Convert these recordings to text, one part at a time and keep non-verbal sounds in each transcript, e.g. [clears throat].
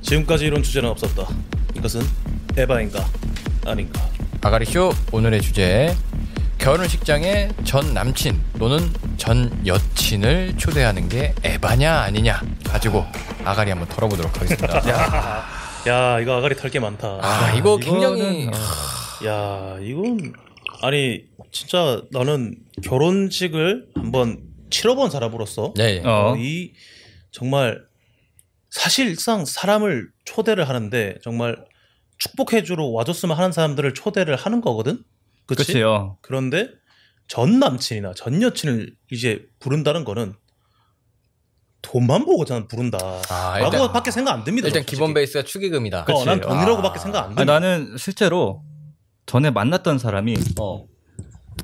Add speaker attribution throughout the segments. Speaker 1: 지금까지 이런 주제는 없었다. 이것은 에바인가 아닌가.
Speaker 2: 아가리 쇼 오늘의 주제 결혼식장에 전 남친 또는 전 여친을 초대하는 게 에바냐 아니냐 가지고 아가리 한번 털어보도록 하겠습니다.
Speaker 1: 야 이거 아가리 털 게 많다.
Speaker 2: 아 이거 굉장히
Speaker 3: 이거는, 어,
Speaker 1: 야 이건 아니 진짜 나는 결혼식을 한번 치러본 사람으로서
Speaker 2: 네.
Speaker 3: 어.
Speaker 1: 어, 이 정말 사실상 사람을 초대를 하는데 정말 축복해주러 와줬으면 하는 사람들을 초대를 하는 거거든. 그치?
Speaker 3: 그치요.
Speaker 1: 그런데 전 남친이나 전 여친을 이제 부른다는 거는 돈만 보고 저는 부른다.
Speaker 2: 아,
Speaker 1: 라고
Speaker 2: 일단-
Speaker 1: 밖에 생각 안 듭니다.
Speaker 2: 일단
Speaker 1: 저는
Speaker 2: 기본
Speaker 1: 뭐 솔직히.
Speaker 2: 베이스가 축의금이다.
Speaker 1: 어, 난
Speaker 3: 그치.
Speaker 1: 돈이라고밖에
Speaker 2: 아.
Speaker 1: 생각 안
Speaker 3: 아,
Speaker 1: 듭니다.
Speaker 3: 나는 실제로 전에 만났던 사람이
Speaker 2: 어.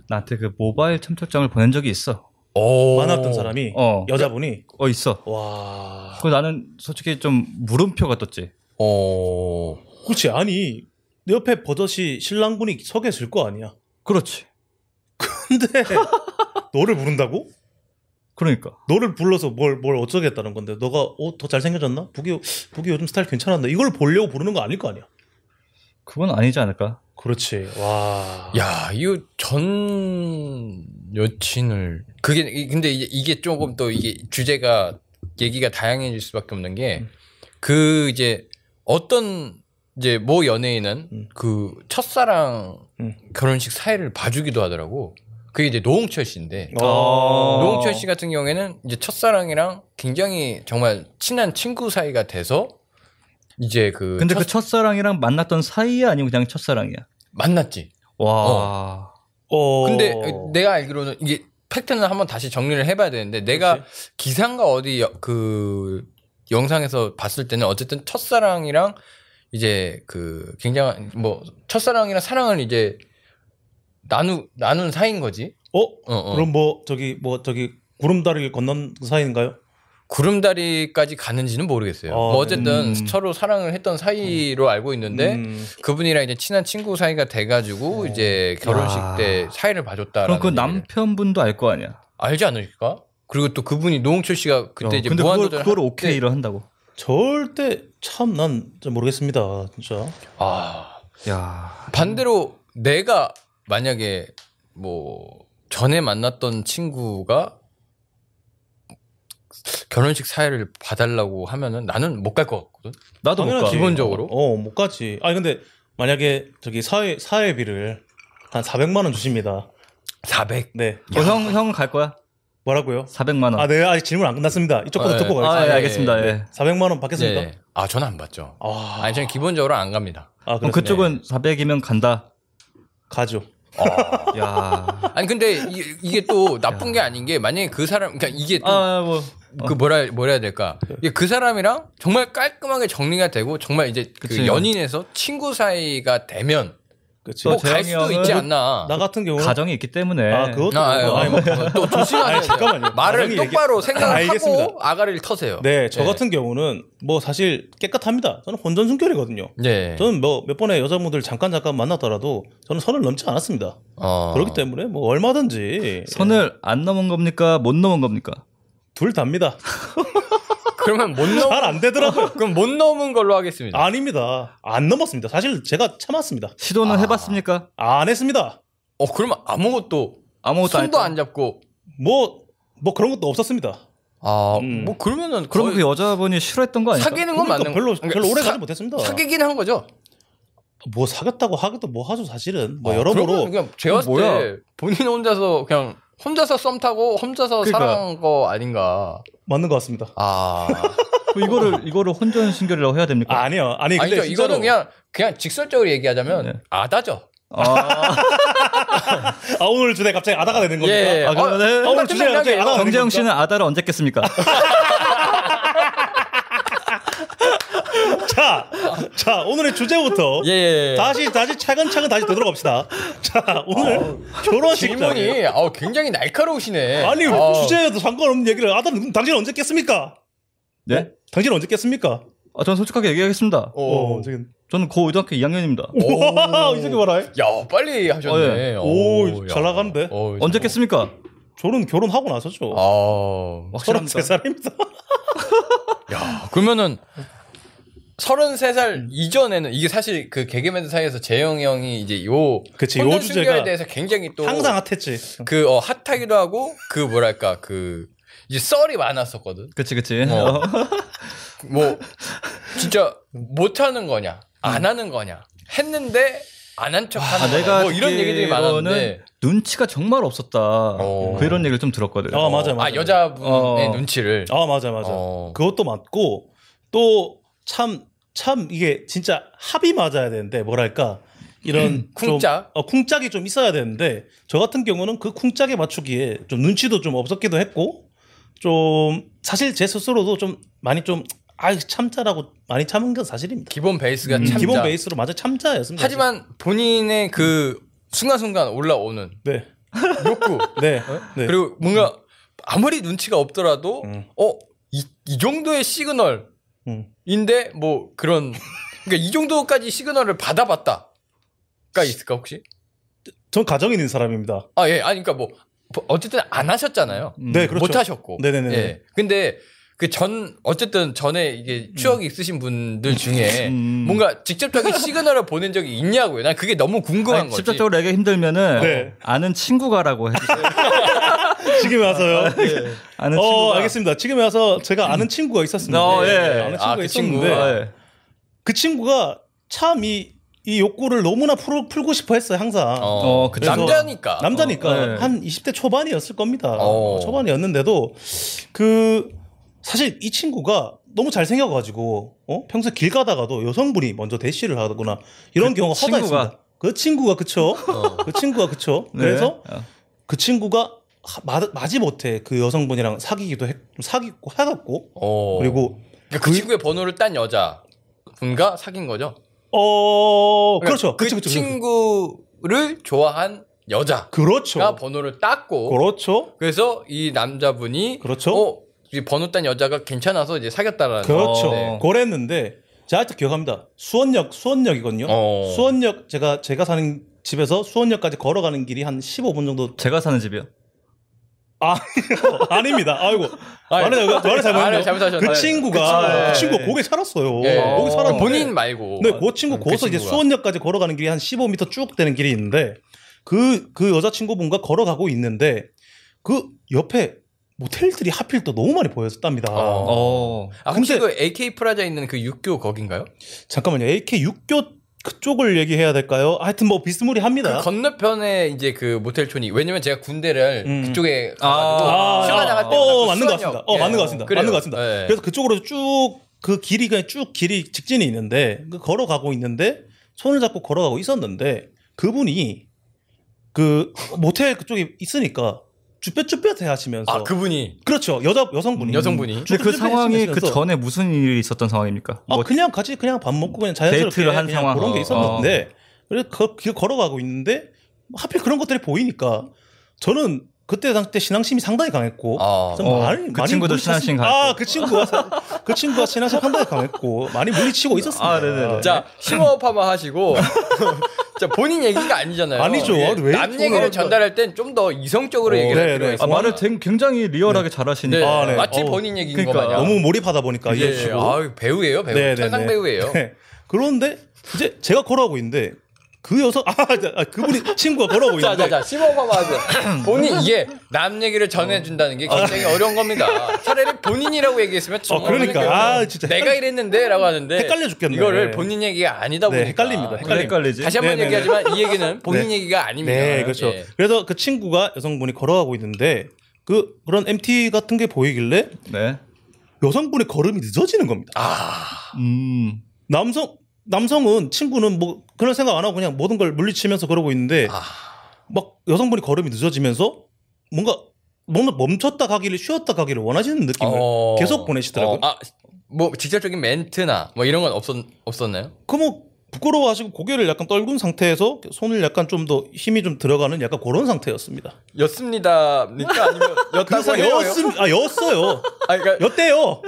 Speaker 3: 나한테 그 모바일 청첩장을 보낸 적이 있어.
Speaker 2: 오.
Speaker 1: 만났던 사람이
Speaker 3: 어.
Speaker 1: 여자분이
Speaker 3: 어 있어.
Speaker 1: 와.
Speaker 3: 그 나는 솔직히 좀 물음표가 떴지.
Speaker 2: 오.
Speaker 1: 그렇지 아니 내 옆에 버젓이 신랑분이 서 계실 거 아니야.
Speaker 3: 그렇지.
Speaker 2: [laughs]
Speaker 1: 근데 너를 부른다고?
Speaker 3: 그러니까.
Speaker 1: 너를 불러서 뭘 뭘 어쩌겠다는 건데 너가 어 더 잘생겨졌나? 북이 북이 요즘 스타일 괜찮았나? 이걸 보려고 부르는 거 아닐 거 아니야.
Speaker 3: 그건 아니지 않을까?
Speaker 1: 그렇지. 와.
Speaker 3: 아.
Speaker 2: 야, 이전 여친을 그게 이- 근데 이제 이게 조금 또 이게 주제가 얘기가 다양해질 수밖에 없는
Speaker 3: 음.
Speaker 2: 게 그 이제 어떤 이제 모 연예인은
Speaker 1: 음.
Speaker 2: 그 첫사랑
Speaker 1: 음.
Speaker 2: 결혼식 사회를 봐주기도 하더라고. 그게 이제 노홍철 씨인데
Speaker 1: 아.
Speaker 3: 어.
Speaker 2: 노홍철 씨 같은 경우에는 이제 첫사랑이랑 굉장히 정말 친한 친구 사이가 돼서 이제 그
Speaker 3: 근데
Speaker 2: 첫-
Speaker 3: 그 첫사랑이랑 만났던 사이야 아니면 그냥 첫사랑이야?
Speaker 2: 만났지.
Speaker 3: 와.
Speaker 1: 어.
Speaker 2: 근데 내가 알기로는 이게 팩트는 한번 다시 정리를 해봐야 되는데 내가 기상과 어디 여- 그 영상에서 봤을 때는 어쨌든 첫사랑이랑 이제 그 굉장한 뭐 첫사랑이랑 사랑을 이제 나누 나눈 사이인 거지.
Speaker 1: 어
Speaker 2: 어, 어.
Speaker 1: 그럼 뭐 저기 뭐 저기 구름다리를 건넌 사이인가요?
Speaker 2: 구름다리까지 가는지는 모르겠어요.
Speaker 1: 어,
Speaker 2: 뭐 어쨌든
Speaker 3: 아, 음.
Speaker 2: 서로 사랑을 했던 사이로 알고 있는데
Speaker 1: 음,
Speaker 2: 그분이랑 이제 친한 친구 사이가 돼가지고
Speaker 1: 어.
Speaker 2: 이제 결혼식
Speaker 3: 야.
Speaker 2: 때 사이를 봐줬다라는.
Speaker 3: 그럼 그
Speaker 2: 얘기를.
Speaker 3: 남편분도 알 거 아니야?
Speaker 2: 알지 않을까? 그리고 또 그분이 노홍철 씨가 그때
Speaker 3: 어,
Speaker 2: 이제 뭐
Speaker 3: 근데 그걸,
Speaker 2: 무한도전
Speaker 3: 그걸
Speaker 2: 할 때-
Speaker 3: 오케이를 한다고.
Speaker 1: 절대 참 난 모르겠습니다 진짜.
Speaker 2: 아
Speaker 3: 야.
Speaker 2: 반대로 내가 만약에 뭐 전에 만났던 친구가 결혼식 사회를 봐달라고 하면은 나는 못 갈 것 같거든.
Speaker 3: 나도 못 가.
Speaker 1: 당연하지.
Speaker 2: 기본적으로.
Speaker 1: 어못 가지. 아니 근데 만약에 저기 사회 사회비를 한 400만 원 주십니다.
Speaker 2: 400.
Speaker 1: 네
Speaker 3: 어, 형, 형은 갈 거야?
Speaker 1: 뭐라고요?
Speaker 3: 400만 원.
Speaker 1: 아, 네, 아직 질문 안 끝났습니다. 이쪽부터
Speaker 2: 아,
Speaker 1: 듣고
Speaker 2: 네.
Speaker 1: 가겠습니다.
Speaker 3: 아, 예,
Speaker 2: 예,
Speaker 3: 알겠습니다.
Speaker 2: 예.
Speaker 3: 예.
Speaker 1: 400만 원 받겠습니다.
Speaker 2: 네. 아 저는 안 봤죠.
Speaker 1: 아,
Speaker 2: 아니 저는 기본적으로 안 갑니다.
Speaker 1: 아, 그럼
Speaker 3: 그럼 그쪽은 400이면 간다.
Speaker 1: 가죠.
Speaker 3: 야.
Speaker 2: 아니 근데 이, 게또 나쁜 게 아닌 게 만약에 그 사람 그러니까 이게 또
Speaker 3: 아, 뭐.
Speaker 2: 그 뭐라 뭐라 해야 될까? 이게 그 사람이랑 정말 깔끔하게 정리가 되고 정말 이제 그
Speaker 3: 그치.
Speaker 2: 연인에서 친구 사이가 되면
Speaker 1: 그치. 어,
Speaker 3: 또
Speaker 2: 뭐 갈
Speaker 3: 재영이
Speaker 2: 수도
Speaker 3: 형은
Speaker 2: 있지 않나?
Speaker 1: 나 같은 경우는
Speaker 3: 가정이 있기 때문에.
Speaker 1: 아, 그것도
Speaker 2: 아, 아니,
Speaker 1: 그거.
Speaker 2: 아니, 뭐, 그거 또 조심하세요.
Speaker 1: 아니, 잠깐만요.
Speaker 2: 말을
Speaker 1: 나중에 얘기- 아,
Speaker 2: 똑바로 생각하고
Speaker 1: 알겠습니다.
Speaker 2: 아가리를 터세요.
Speaker 1: 네, 저 같은 경우는 뭐 사실 깨끗합니다. 저는 본전 순결이거든요.
Speaker 2: 네.
Speaker 1: 저는 뭐 몇 번의 여자분들 잠깐 잠깐 만났더라도 저는 선을 넘지 않았습니다.
Speaker 2: 어.
Speaker 1: 그렇기 때문에 뭐 얼마든지
Speaker 3: 예.
Speaker 1: 예,
Speaker 3: 선을 안 넘은 겁니까? 못 넘은 겁니까?
Speaker 1: 둘 답니다.
Speaker 2: 그러면 못 넘.
Speaker 1: 잘 안
Speaker 2: [laughs]
Speaker 1: 되더라고요.
Speaker 2: 그럼 못 넘은 걸로 하겠습니다.
Speaker 1: 아닙니다. 안 넘었습니다. 사실 제가 참았습니다.
Speaker 3: 시도는
Speaker 2: 아.
Speaker 3: 해봤습니까?
Speaker 1: 안 했습니다.
Speaker 2: 어 그러면 아무것도
Speaker 3: 아무것도 안
Speaker 2: 손도
Speaker 3: 했다.
Speaker 2: 안 잡고.
Speaker 1: 뭐, 뭐 그런 것도 없었습니다.
Speaker 2: 아뭐
Speaker 1: 음.
Speaker 2: 그러면은
Speaker 3: 그럼 그
Speaker 2: 거의
Speaker 3: 여자분이 싫어했던 거 아니야?
Speaker 2: 사귀는 건
Speaker 1: 그러니까
Speaker 2: 맞는
Speaker 1: 별로,
Speaker 2: 그러니까
Speaker 1: 별로 오래
Speaker 2: 사-
Speaker 1: 가지 못했습니다.
Speaker 2: 사귀긴 한 거죠.
Speaker 1: 뭐 사귀었다고 하기도 뭐 하죠, 사실은. 뭐
Speaker 2: 아, 그러면
Speaker 1: 여러모로.
Speaker 2: 그냥 제가 봤을
Speaker 3: 뭐야?
Speaker 2: 때 본인 혼자서 그냥 혼자서 썸 타고 혼자서
Speaker 3: 그러니까.
Speaker 2: 사랑한 거 아닌가.
Speaker 1: 맞는 것 같습니다.
Speaker 2: 아
Speaker 3: 이거를 이거를 혼전 순결이라고 해야 됩니까?
Speaker 1: 아, 아니요. 아니, 근데
Speaker 2: 아니죠.
Speaker 1: 진짜로
Speaker 2: 그러니까 이거는 그냥 그냥 직설적으로 얘기하자면
Speaker 3: 네.
Speaker 2: 아다죠.
Speaker 1: [laughs]
Speaker 3: 아,
Speaker 1: 아, 오늘 주제 갑자기 아다가 되는 겁니까?
Speaker 2: 예.
Speaker 3: 아, 그러면은
Speaker 2: 어,
Speaker 1: 오늘 주제가 갑자기
Speaker 2: 생각나게.
Speaker 1: 아다가 되는
Speaker 3: 정재영
Speaker 1: 겁니까?
Speaker 3: 씨는 아다를 언제 깼습니까?
Speaker 1: 자, 자, 오늘의
Speaker 2: [laughs]
Speaker 1: 주제부터
Speaker 2: 예, 예.
Speaker 1: 다시 다시 차근차근 다시 되돌아갑시다. 자, 오늘 결혼식장
Speaker 2: 질문이 어, 굉장히 날카로우시네.
Speaker 1: 아니
Speaker 2: 어.
Speaker 1: 주제에도 상관없는 얘기를 아다 당신 언제 깼습니까?
Speaker 3: 네?
Speaker 1: 당신 언제 깼습니까?
Speaker 3: 아, 저는 솔직하게 얘기하겠습니다.
Speaker 2: 오.
Speaker 1: 어, 지금
Speaker 3: 저는 고등학교 2학년입니다.
Speaker 1: 어, 와, 이렇게 말해.
Speaker 2: 야 빨리
Speaker 3: 어,
Speaker 2: 하셨네.
Speaker 3: 예.
Speaker 1: 오,
Speaker 2: 야.
Speaker 1: 잘 나가는데?
Speaker 2: 어,
Speaker 3: 언제
Speaker 2: 저-
Speaker 3: 깼습니까?
Speaker 1: 저는 결혼하고 나서죠.
Speaker 2: 아,
Speaker 3: 확실합니다.
Speaker 1: 33살입니다.
Speaker 2: 야 그러면은 아, 33살
Speaker 1: 음.
Speaker 2: 이전에는 이게 사실 그 개그맨들 사이에서 재영이 형이 이제 요
Speaker 1: 그치 요
Speaker 2: 혼돈 순결에
Speaker 1: 주제가
Speaker 2: 대해서 굉장히 또
Speaker 1: 항상 핫했지.
Speaker 2: 그 어, 핫하기도 하고 그 뭐랄까 그 이제 썰이 많았었거든.
Speaker 3: 그치 그치.
Speaker 2: 어.
Speaker 3: 어.
Speaker 1: [laughs]
Speaker 2: 뭐 진짜 못 하는 거냐, 안
Speaker 1: 음.
Speaker 2: 하는 거냐 했는데 안 한
Speaker 1: 아,
Speaker 2: 척 하는 거냐,
Speaker 3: 내가
Speaker 2: 뭐 이런 얘기들이 많았는데
Speaker 3: 눈치가 정말 없었다.
Speaker 2: 어.
Speaker 3: 그 이런 얘기를 좀 들었거든.
Speaker 1: 어, 맞아,
Speaker 2: 아
Speaker 1: 맞아.
Speaker 2: 여자분의
Speaker 3: 어.
Speaker 2: 눈치를
Speaker 1: 아 맞아 맞아.
Speaker 2: 어.
Speaker 1: 그것도 맞고 또 참 참 이게 진짜 합이 맞아야 되는데 뭐랄까
Speaker 2: [laughs]
Speaker 1: 이런 좀
Speaker 2: 쿵짝
Speaker 1: 어, 쿵짝이 좀 있어야 되는데 저 같은 경우는 그 쿵짝에 맞추기에 좀 눈치도 좀 없었기도 했고 좀 사실 제 스스로도 좀 많이 좀 아, 참자라고 많이 참은 건 사실입니다.
Speaker 2: 기본 베이스가
Speaker 3: 음,
Speaker 2: 참자.
Speaker 1: 기본 베이스로 맞아 참자였습니다.
Speaker 2: 하지만 본인의 그 순간순간 올라오는
Speaker 1: 네,
Speaker 2: 욕구
Speaker 1: 네,
Speaker 2: 어?
Speaker 1: 네.
Speaker 2: [laughs] 그리고 뭔가 아무리 눈치가 없더라도
Speaker 1: 음.
Speaker 2: 어 이 이 정도의 시그널
Speaker 1: 음.
Speaker 2: 인데 뭐 그런 그러니까 이 정도까지 시그널을 받아봤다가 있을까 혹시?
Speaker 1: 전 가정 있는 사람입니다.
Speaker 2: 아 예, 아니 그러니까 뭐 어쨌든 안 하셨잖아요.
Speaker 3: 음.
Speaker 1: 네, 그렇죠.
Speaker 2: 못 하셨고.
Speaker 1: 네네네.
Speaker 2: 예. 근데 그 전 어쨌든 전에
Speaker 1: 음.
Speaker 2: 이게 추억이 있으신 분들 중에
Speaker 3: 음.
Speaker 2: 뭔가 직접적인 시그널을 [laughs] 보낸 적이 있냐고요. 난 그게 너무 궁금한
Speaker 3: 아니,
Speaker 2: 거지.
Speaker 3: 직접적으로 내게 힘들면은
Speaker 1: 네.
Speaker 3: 아는
Speaker 1: [laughs]
Speaker 3: 친구가라고 해주세요.
Speaker 1: 지금 와서요. [laughs]
Speaker 3: 아는
Speaker 1: 어,
Speaker 3: 친구가.
Speaker 1: 알겠습니다. 지금 와서 제가 아는 친구가 있었습니다.
Speaker 3: 어, 예.
Speaker 1: 아는 친구가
Speaker 2: 아, 그
Speaker 1: 있었는데
Speaker 2: 친구.
Speaker 3: 아, 예.
Speaker 1: 그 친구가 참 이 이 욕구를 너무나 풀, 풀고 싶어 했어요, 항상.
Speaker 3: 어, 그쵸.
Speaker 2: 남자니까.
Speaker 1: 남자니까
Speaker 3: 어, 네.
Speaker 1: 한 20대 초반이었을 겁니다.
Speaker 2: 어.
Speaker 1: 초반이었는데도 그 사실 이 친구가 너무 잘생겨가지고 어? 평소 길 가다가도 여성분이 먼저 대시를 하거나 이런 경우가
Speaker 3: 친구가. 어.
Speaker 1: 허다했습니다. 그 친구가 그쵸? 그 친구가 그쵸?
Speaker 3: 네.
Speaker 1: 그래서
Speaker 3: 어.
Speaker 1: 그 친구가 하- 마- 마지못해 그 여성분이랑 사귀기도 했, 사귀고 사귀고
Speaker 2: 어.
Speaker 1: 그리고
Speaker 2: 그러니까 그 친구의 번호를 딴 여자 분과 사귄 거죠.
Speaker 1: 어
Speaker 3: 그러니까
Speaker 1: 그렇죠
Speaker 2: 그
Speaker 1: 그렇죠 그렇죠
Speaker 2: 친구를 좋아한 여자가
Speaker 1: 그렇죠
Speaker 2: 번호를
Speaker 3: 뭐?
Speaker 2: 땄고
Speaker 1: 그렇죠
Speaker 2: 그래서 이 남자분이
Speaker 1: 그렇죠.
Speaker 2: 어, 이 번호 딴 여자가 괜찮아서 이제 사귀었다라는
Speaker 1: 그렇죠.
Speaker 3: 어,
Speaker 2: 네.
Speaker 1: 그랬는데 제가 아직 기억합니다. 수원역 수원역이거든요.
Speaker 2: 어.
Speaker 1: 수원역 제가 제가 사는 집에서 수원역까지 걸어가는 길이 한 15분 정도. [laughs]
Speaker 3: 제가 사는 집이요.
Speaker 1: 아 아닙니다. 아이고 말을 잘- 말을
Speaker 2: 예. 아, 말을
Speaker 1: 잘못했네요.
Speaker 2: 잘못하셨네.
Speaker 1: 그 친구가
Speaker 3: 예.
Speaker 1: 그 친구 가 고개 살았어요.
Speaker 2: 예.
Speaker 1: 고개 살았는데
Speaker 2: 본인 말고
Speaker 1: 네, 그 친구
Speaker 2: 그
Speaker 1: 고서 이제
Speaker 2: 친구가.
Speaker 1: 수원역까지 걸어가는 길이 한 15m 쭉 되는 길이 있는데 그, 그 여자친구분과 걸어가고 있는데 그 옆에 모텔들이 하필 또 너무 많이 보였답니다.
Speaker 2: 어.
Speaker 3: 어.
Speaker 2: 아, 혹시
Speaker 1: 근데-
Speaker 2: 그 AK 프라자 있는 그 육교 거긴가요?
Speaker 1: 잠깐만요. AK 육교 그쪽을 얘기해야 될까요? 하여튼 뭐 비스무리합니다.
Speaker 2: 그 건너편에 이제 그 모텔촌이 왜냐면 제가 군대를
Speaker 1: 음.
Speaker 2: 그쪽에 가가지고
Speaker 3: 아,
Speaker 2: 휴가 나갈 때
Speaker 1: 어,
Speaker 2: 그
Speaker 1: 맞는 것
Speaker 2: 수원역.
Speaker 1: 같습니다. 어,
Speaker 2: 예.
Speaker 1: 맞는 것 같습니다.
Speaker 2: 그래요.
Speaker 1: 맞는 것 같습니다.
Speaker 2: 예.
Speaker 3: 네.
Speaker 1: 그래서 그쪽으로 쭉 그 길이 그냥 쭉 길이 직진이 있는데 그 걸어가고 있는데 손을 잡고 걸어가고 있었는데 그분이 그 모텔 그쪽에 있으니까 쭈뼛쭈뼛해 하시면서
Speaker 2: 아 그분이
Speaker 1: 그렇죠 여자 여성분이
Speaker 2: 여성분이
Speaker 1: 쭉
Speaker 3: 근데 그
Speaker 1: 쭉
Speaker 3: 상황이 그
Speaker 1: 해주시면서.
Speaker 3: 전에 무슨 일이 있었던 상황입니까?
Speaker 1: 아
Speaker 3: 뭐
Speaker 1: 그냥 같이 그냥 밥 먹고 그냥 자연스럽게
Speaker 3: 데이트를 한
Speaker 1: 그냥
Speaker 3: 상황.
Speaker 1: 그런 게
Speaker 2: 어,
Speaker 1: 있었는데 그래서 그, 길 걸어가고 있는데 하필 그런 것들이 보니까 저는 그때 당시 때 신앙심이 상당히 강했고
Speaker 2: 아,
Speaker 1: 좀
Speaker 3: 어,
Speaker 1: 많이
Speaker 3: 그
Speaker 1: 많이
Speaker 3: 친구도
Speaker 1: 물리쳤습-
Speaker 3: 신앙심
Speaker 1: 아,
Speaker 3: 강했고.
Speaker 1: 그 친구가 사- 그 친구가 신앙심 상당히 강했고 많이 물리치고 있었습니다.
Speaker 3: 아, 네네네.
Speaker 2: 자 심호흡 한번 하시고 [laughs] 자 본인 얘기가 아니잖아요.
Speaker 1: 아니죠.
Speaker 2: 예.
Speaker 1: 왜
Speaker 2: 남
Speaker 1: 이렇게
Speaker 2: 얘기를
Speaker 1: 올라오죠?
Speaker 2: 전달할 땐 좀 더 이성적으로
Speaker 1: 어,
Speaker 2: 얘기를 할
Speaker 1: 네,
Speaker 2: 필요가
Speaker 1: 네.
Speaker 3: 아,
Speaker 2: 있어요.
Speaker 3: 말을 되게- 굉장히 리얼하게 잘하시니까.
Speaker 2: 네.
Speaker 1: 아, 네.
Speaker 2: 마치
Speaker 1: 어,
Speaker 2: 본인 얘기인 거
Speaker 3: 그러니까요.
Speaker 2: 마냥.
Speaker 1: 너무 몰입하다 보니까
Speaker 2: 아, 예,
Speaker 1: 이해해주고.
Speaker 2: 아 배우예요, 배우.
Speaker 1: 네, 네,
Speaker 2: 천상
Speaker 1: 네.
Speaker 2: 배우예요.
Speaker 1: 네. 그런데 이제 제가 걸어가고 있는데 그 여성 아, 아, 그분이 친구가 [laughs] 걸어가고
Speaker 2: [laughs] 자,
Speaker 1: 있는데
Speaker 2: 자, 자,
Speaker 1: [laughs]
Speaker 2: 심호흡하고 하세요. 본인, 이게 남 얘기를 전해준다는 게 굉장히 어려운 겁니다. 차라리 본인이라고 얘기했으면
Speaker 1: 어, 그러니까. 아, 진짜
Speaker 2: 내가 이랬는데 라고 하는데.
Speaker 1: 헷갈려 죽겠네.
Speaker 2: 이거를 본인 얘기가 아니다
Speaker 1: 네,
Speaker 2: 보니까.
Speaker 1: 헷갈립니다.
Speaker 3: 왜 헷갈리지?
Speaker 2: 다시 한 번
Speaker 1: 네, 네, 네.
Speaker 2: 얘기하지만 이 얘기는 본인 얘기가 아닙니다.
Speaker 1: 네, 그렇죠.
Speaker 2: 예.
Speaker 1: 그래서 그 친구가 여성분이 걸어가고 있는데 그 그런 MT 같은 게 보이길래
Speaker 3: 네.
Speaker 1: 여성분의 걸음이 늦어지는 겁니다.
Speaker 2: 아,
Speaker 3: 음.
Speaker 1: 남성 남성은 친구는 뭐 그런 생각 안 하고 그냥 모든 걸 물리치면서 그러고 있는데
Speaker 2: 아.
Speaker 1: 막 여성분이 걸음이 늦어지면서 뭔가 뭔가 멈췄다 가기를 쉬었다 가기를 원하시는 느낌을
Speaker 2: 어.
Speaker 1: 계속 보내시더라고요.
Speaker 2: 어, 아, 뭐 직접적인 멘트나 뭐 이런 건 없었, 없었나요?
Speaker 1: 그뭐 부끄러워하시고 고개를 약간 떨군 상태에서 손을 약간 좀 더 힘이 좀 들어가는 약간 그런 상태였습니다.
Speaker 2: 였습니다니까 [laughs] 아니면 였다고
Speaker 1: 그래서
Speaker 2: 해요?
Speaker 1: 였음 아 였어요.
Speaker 2: 아, 그러니까 [laughs]
Speaker 1: 였대요.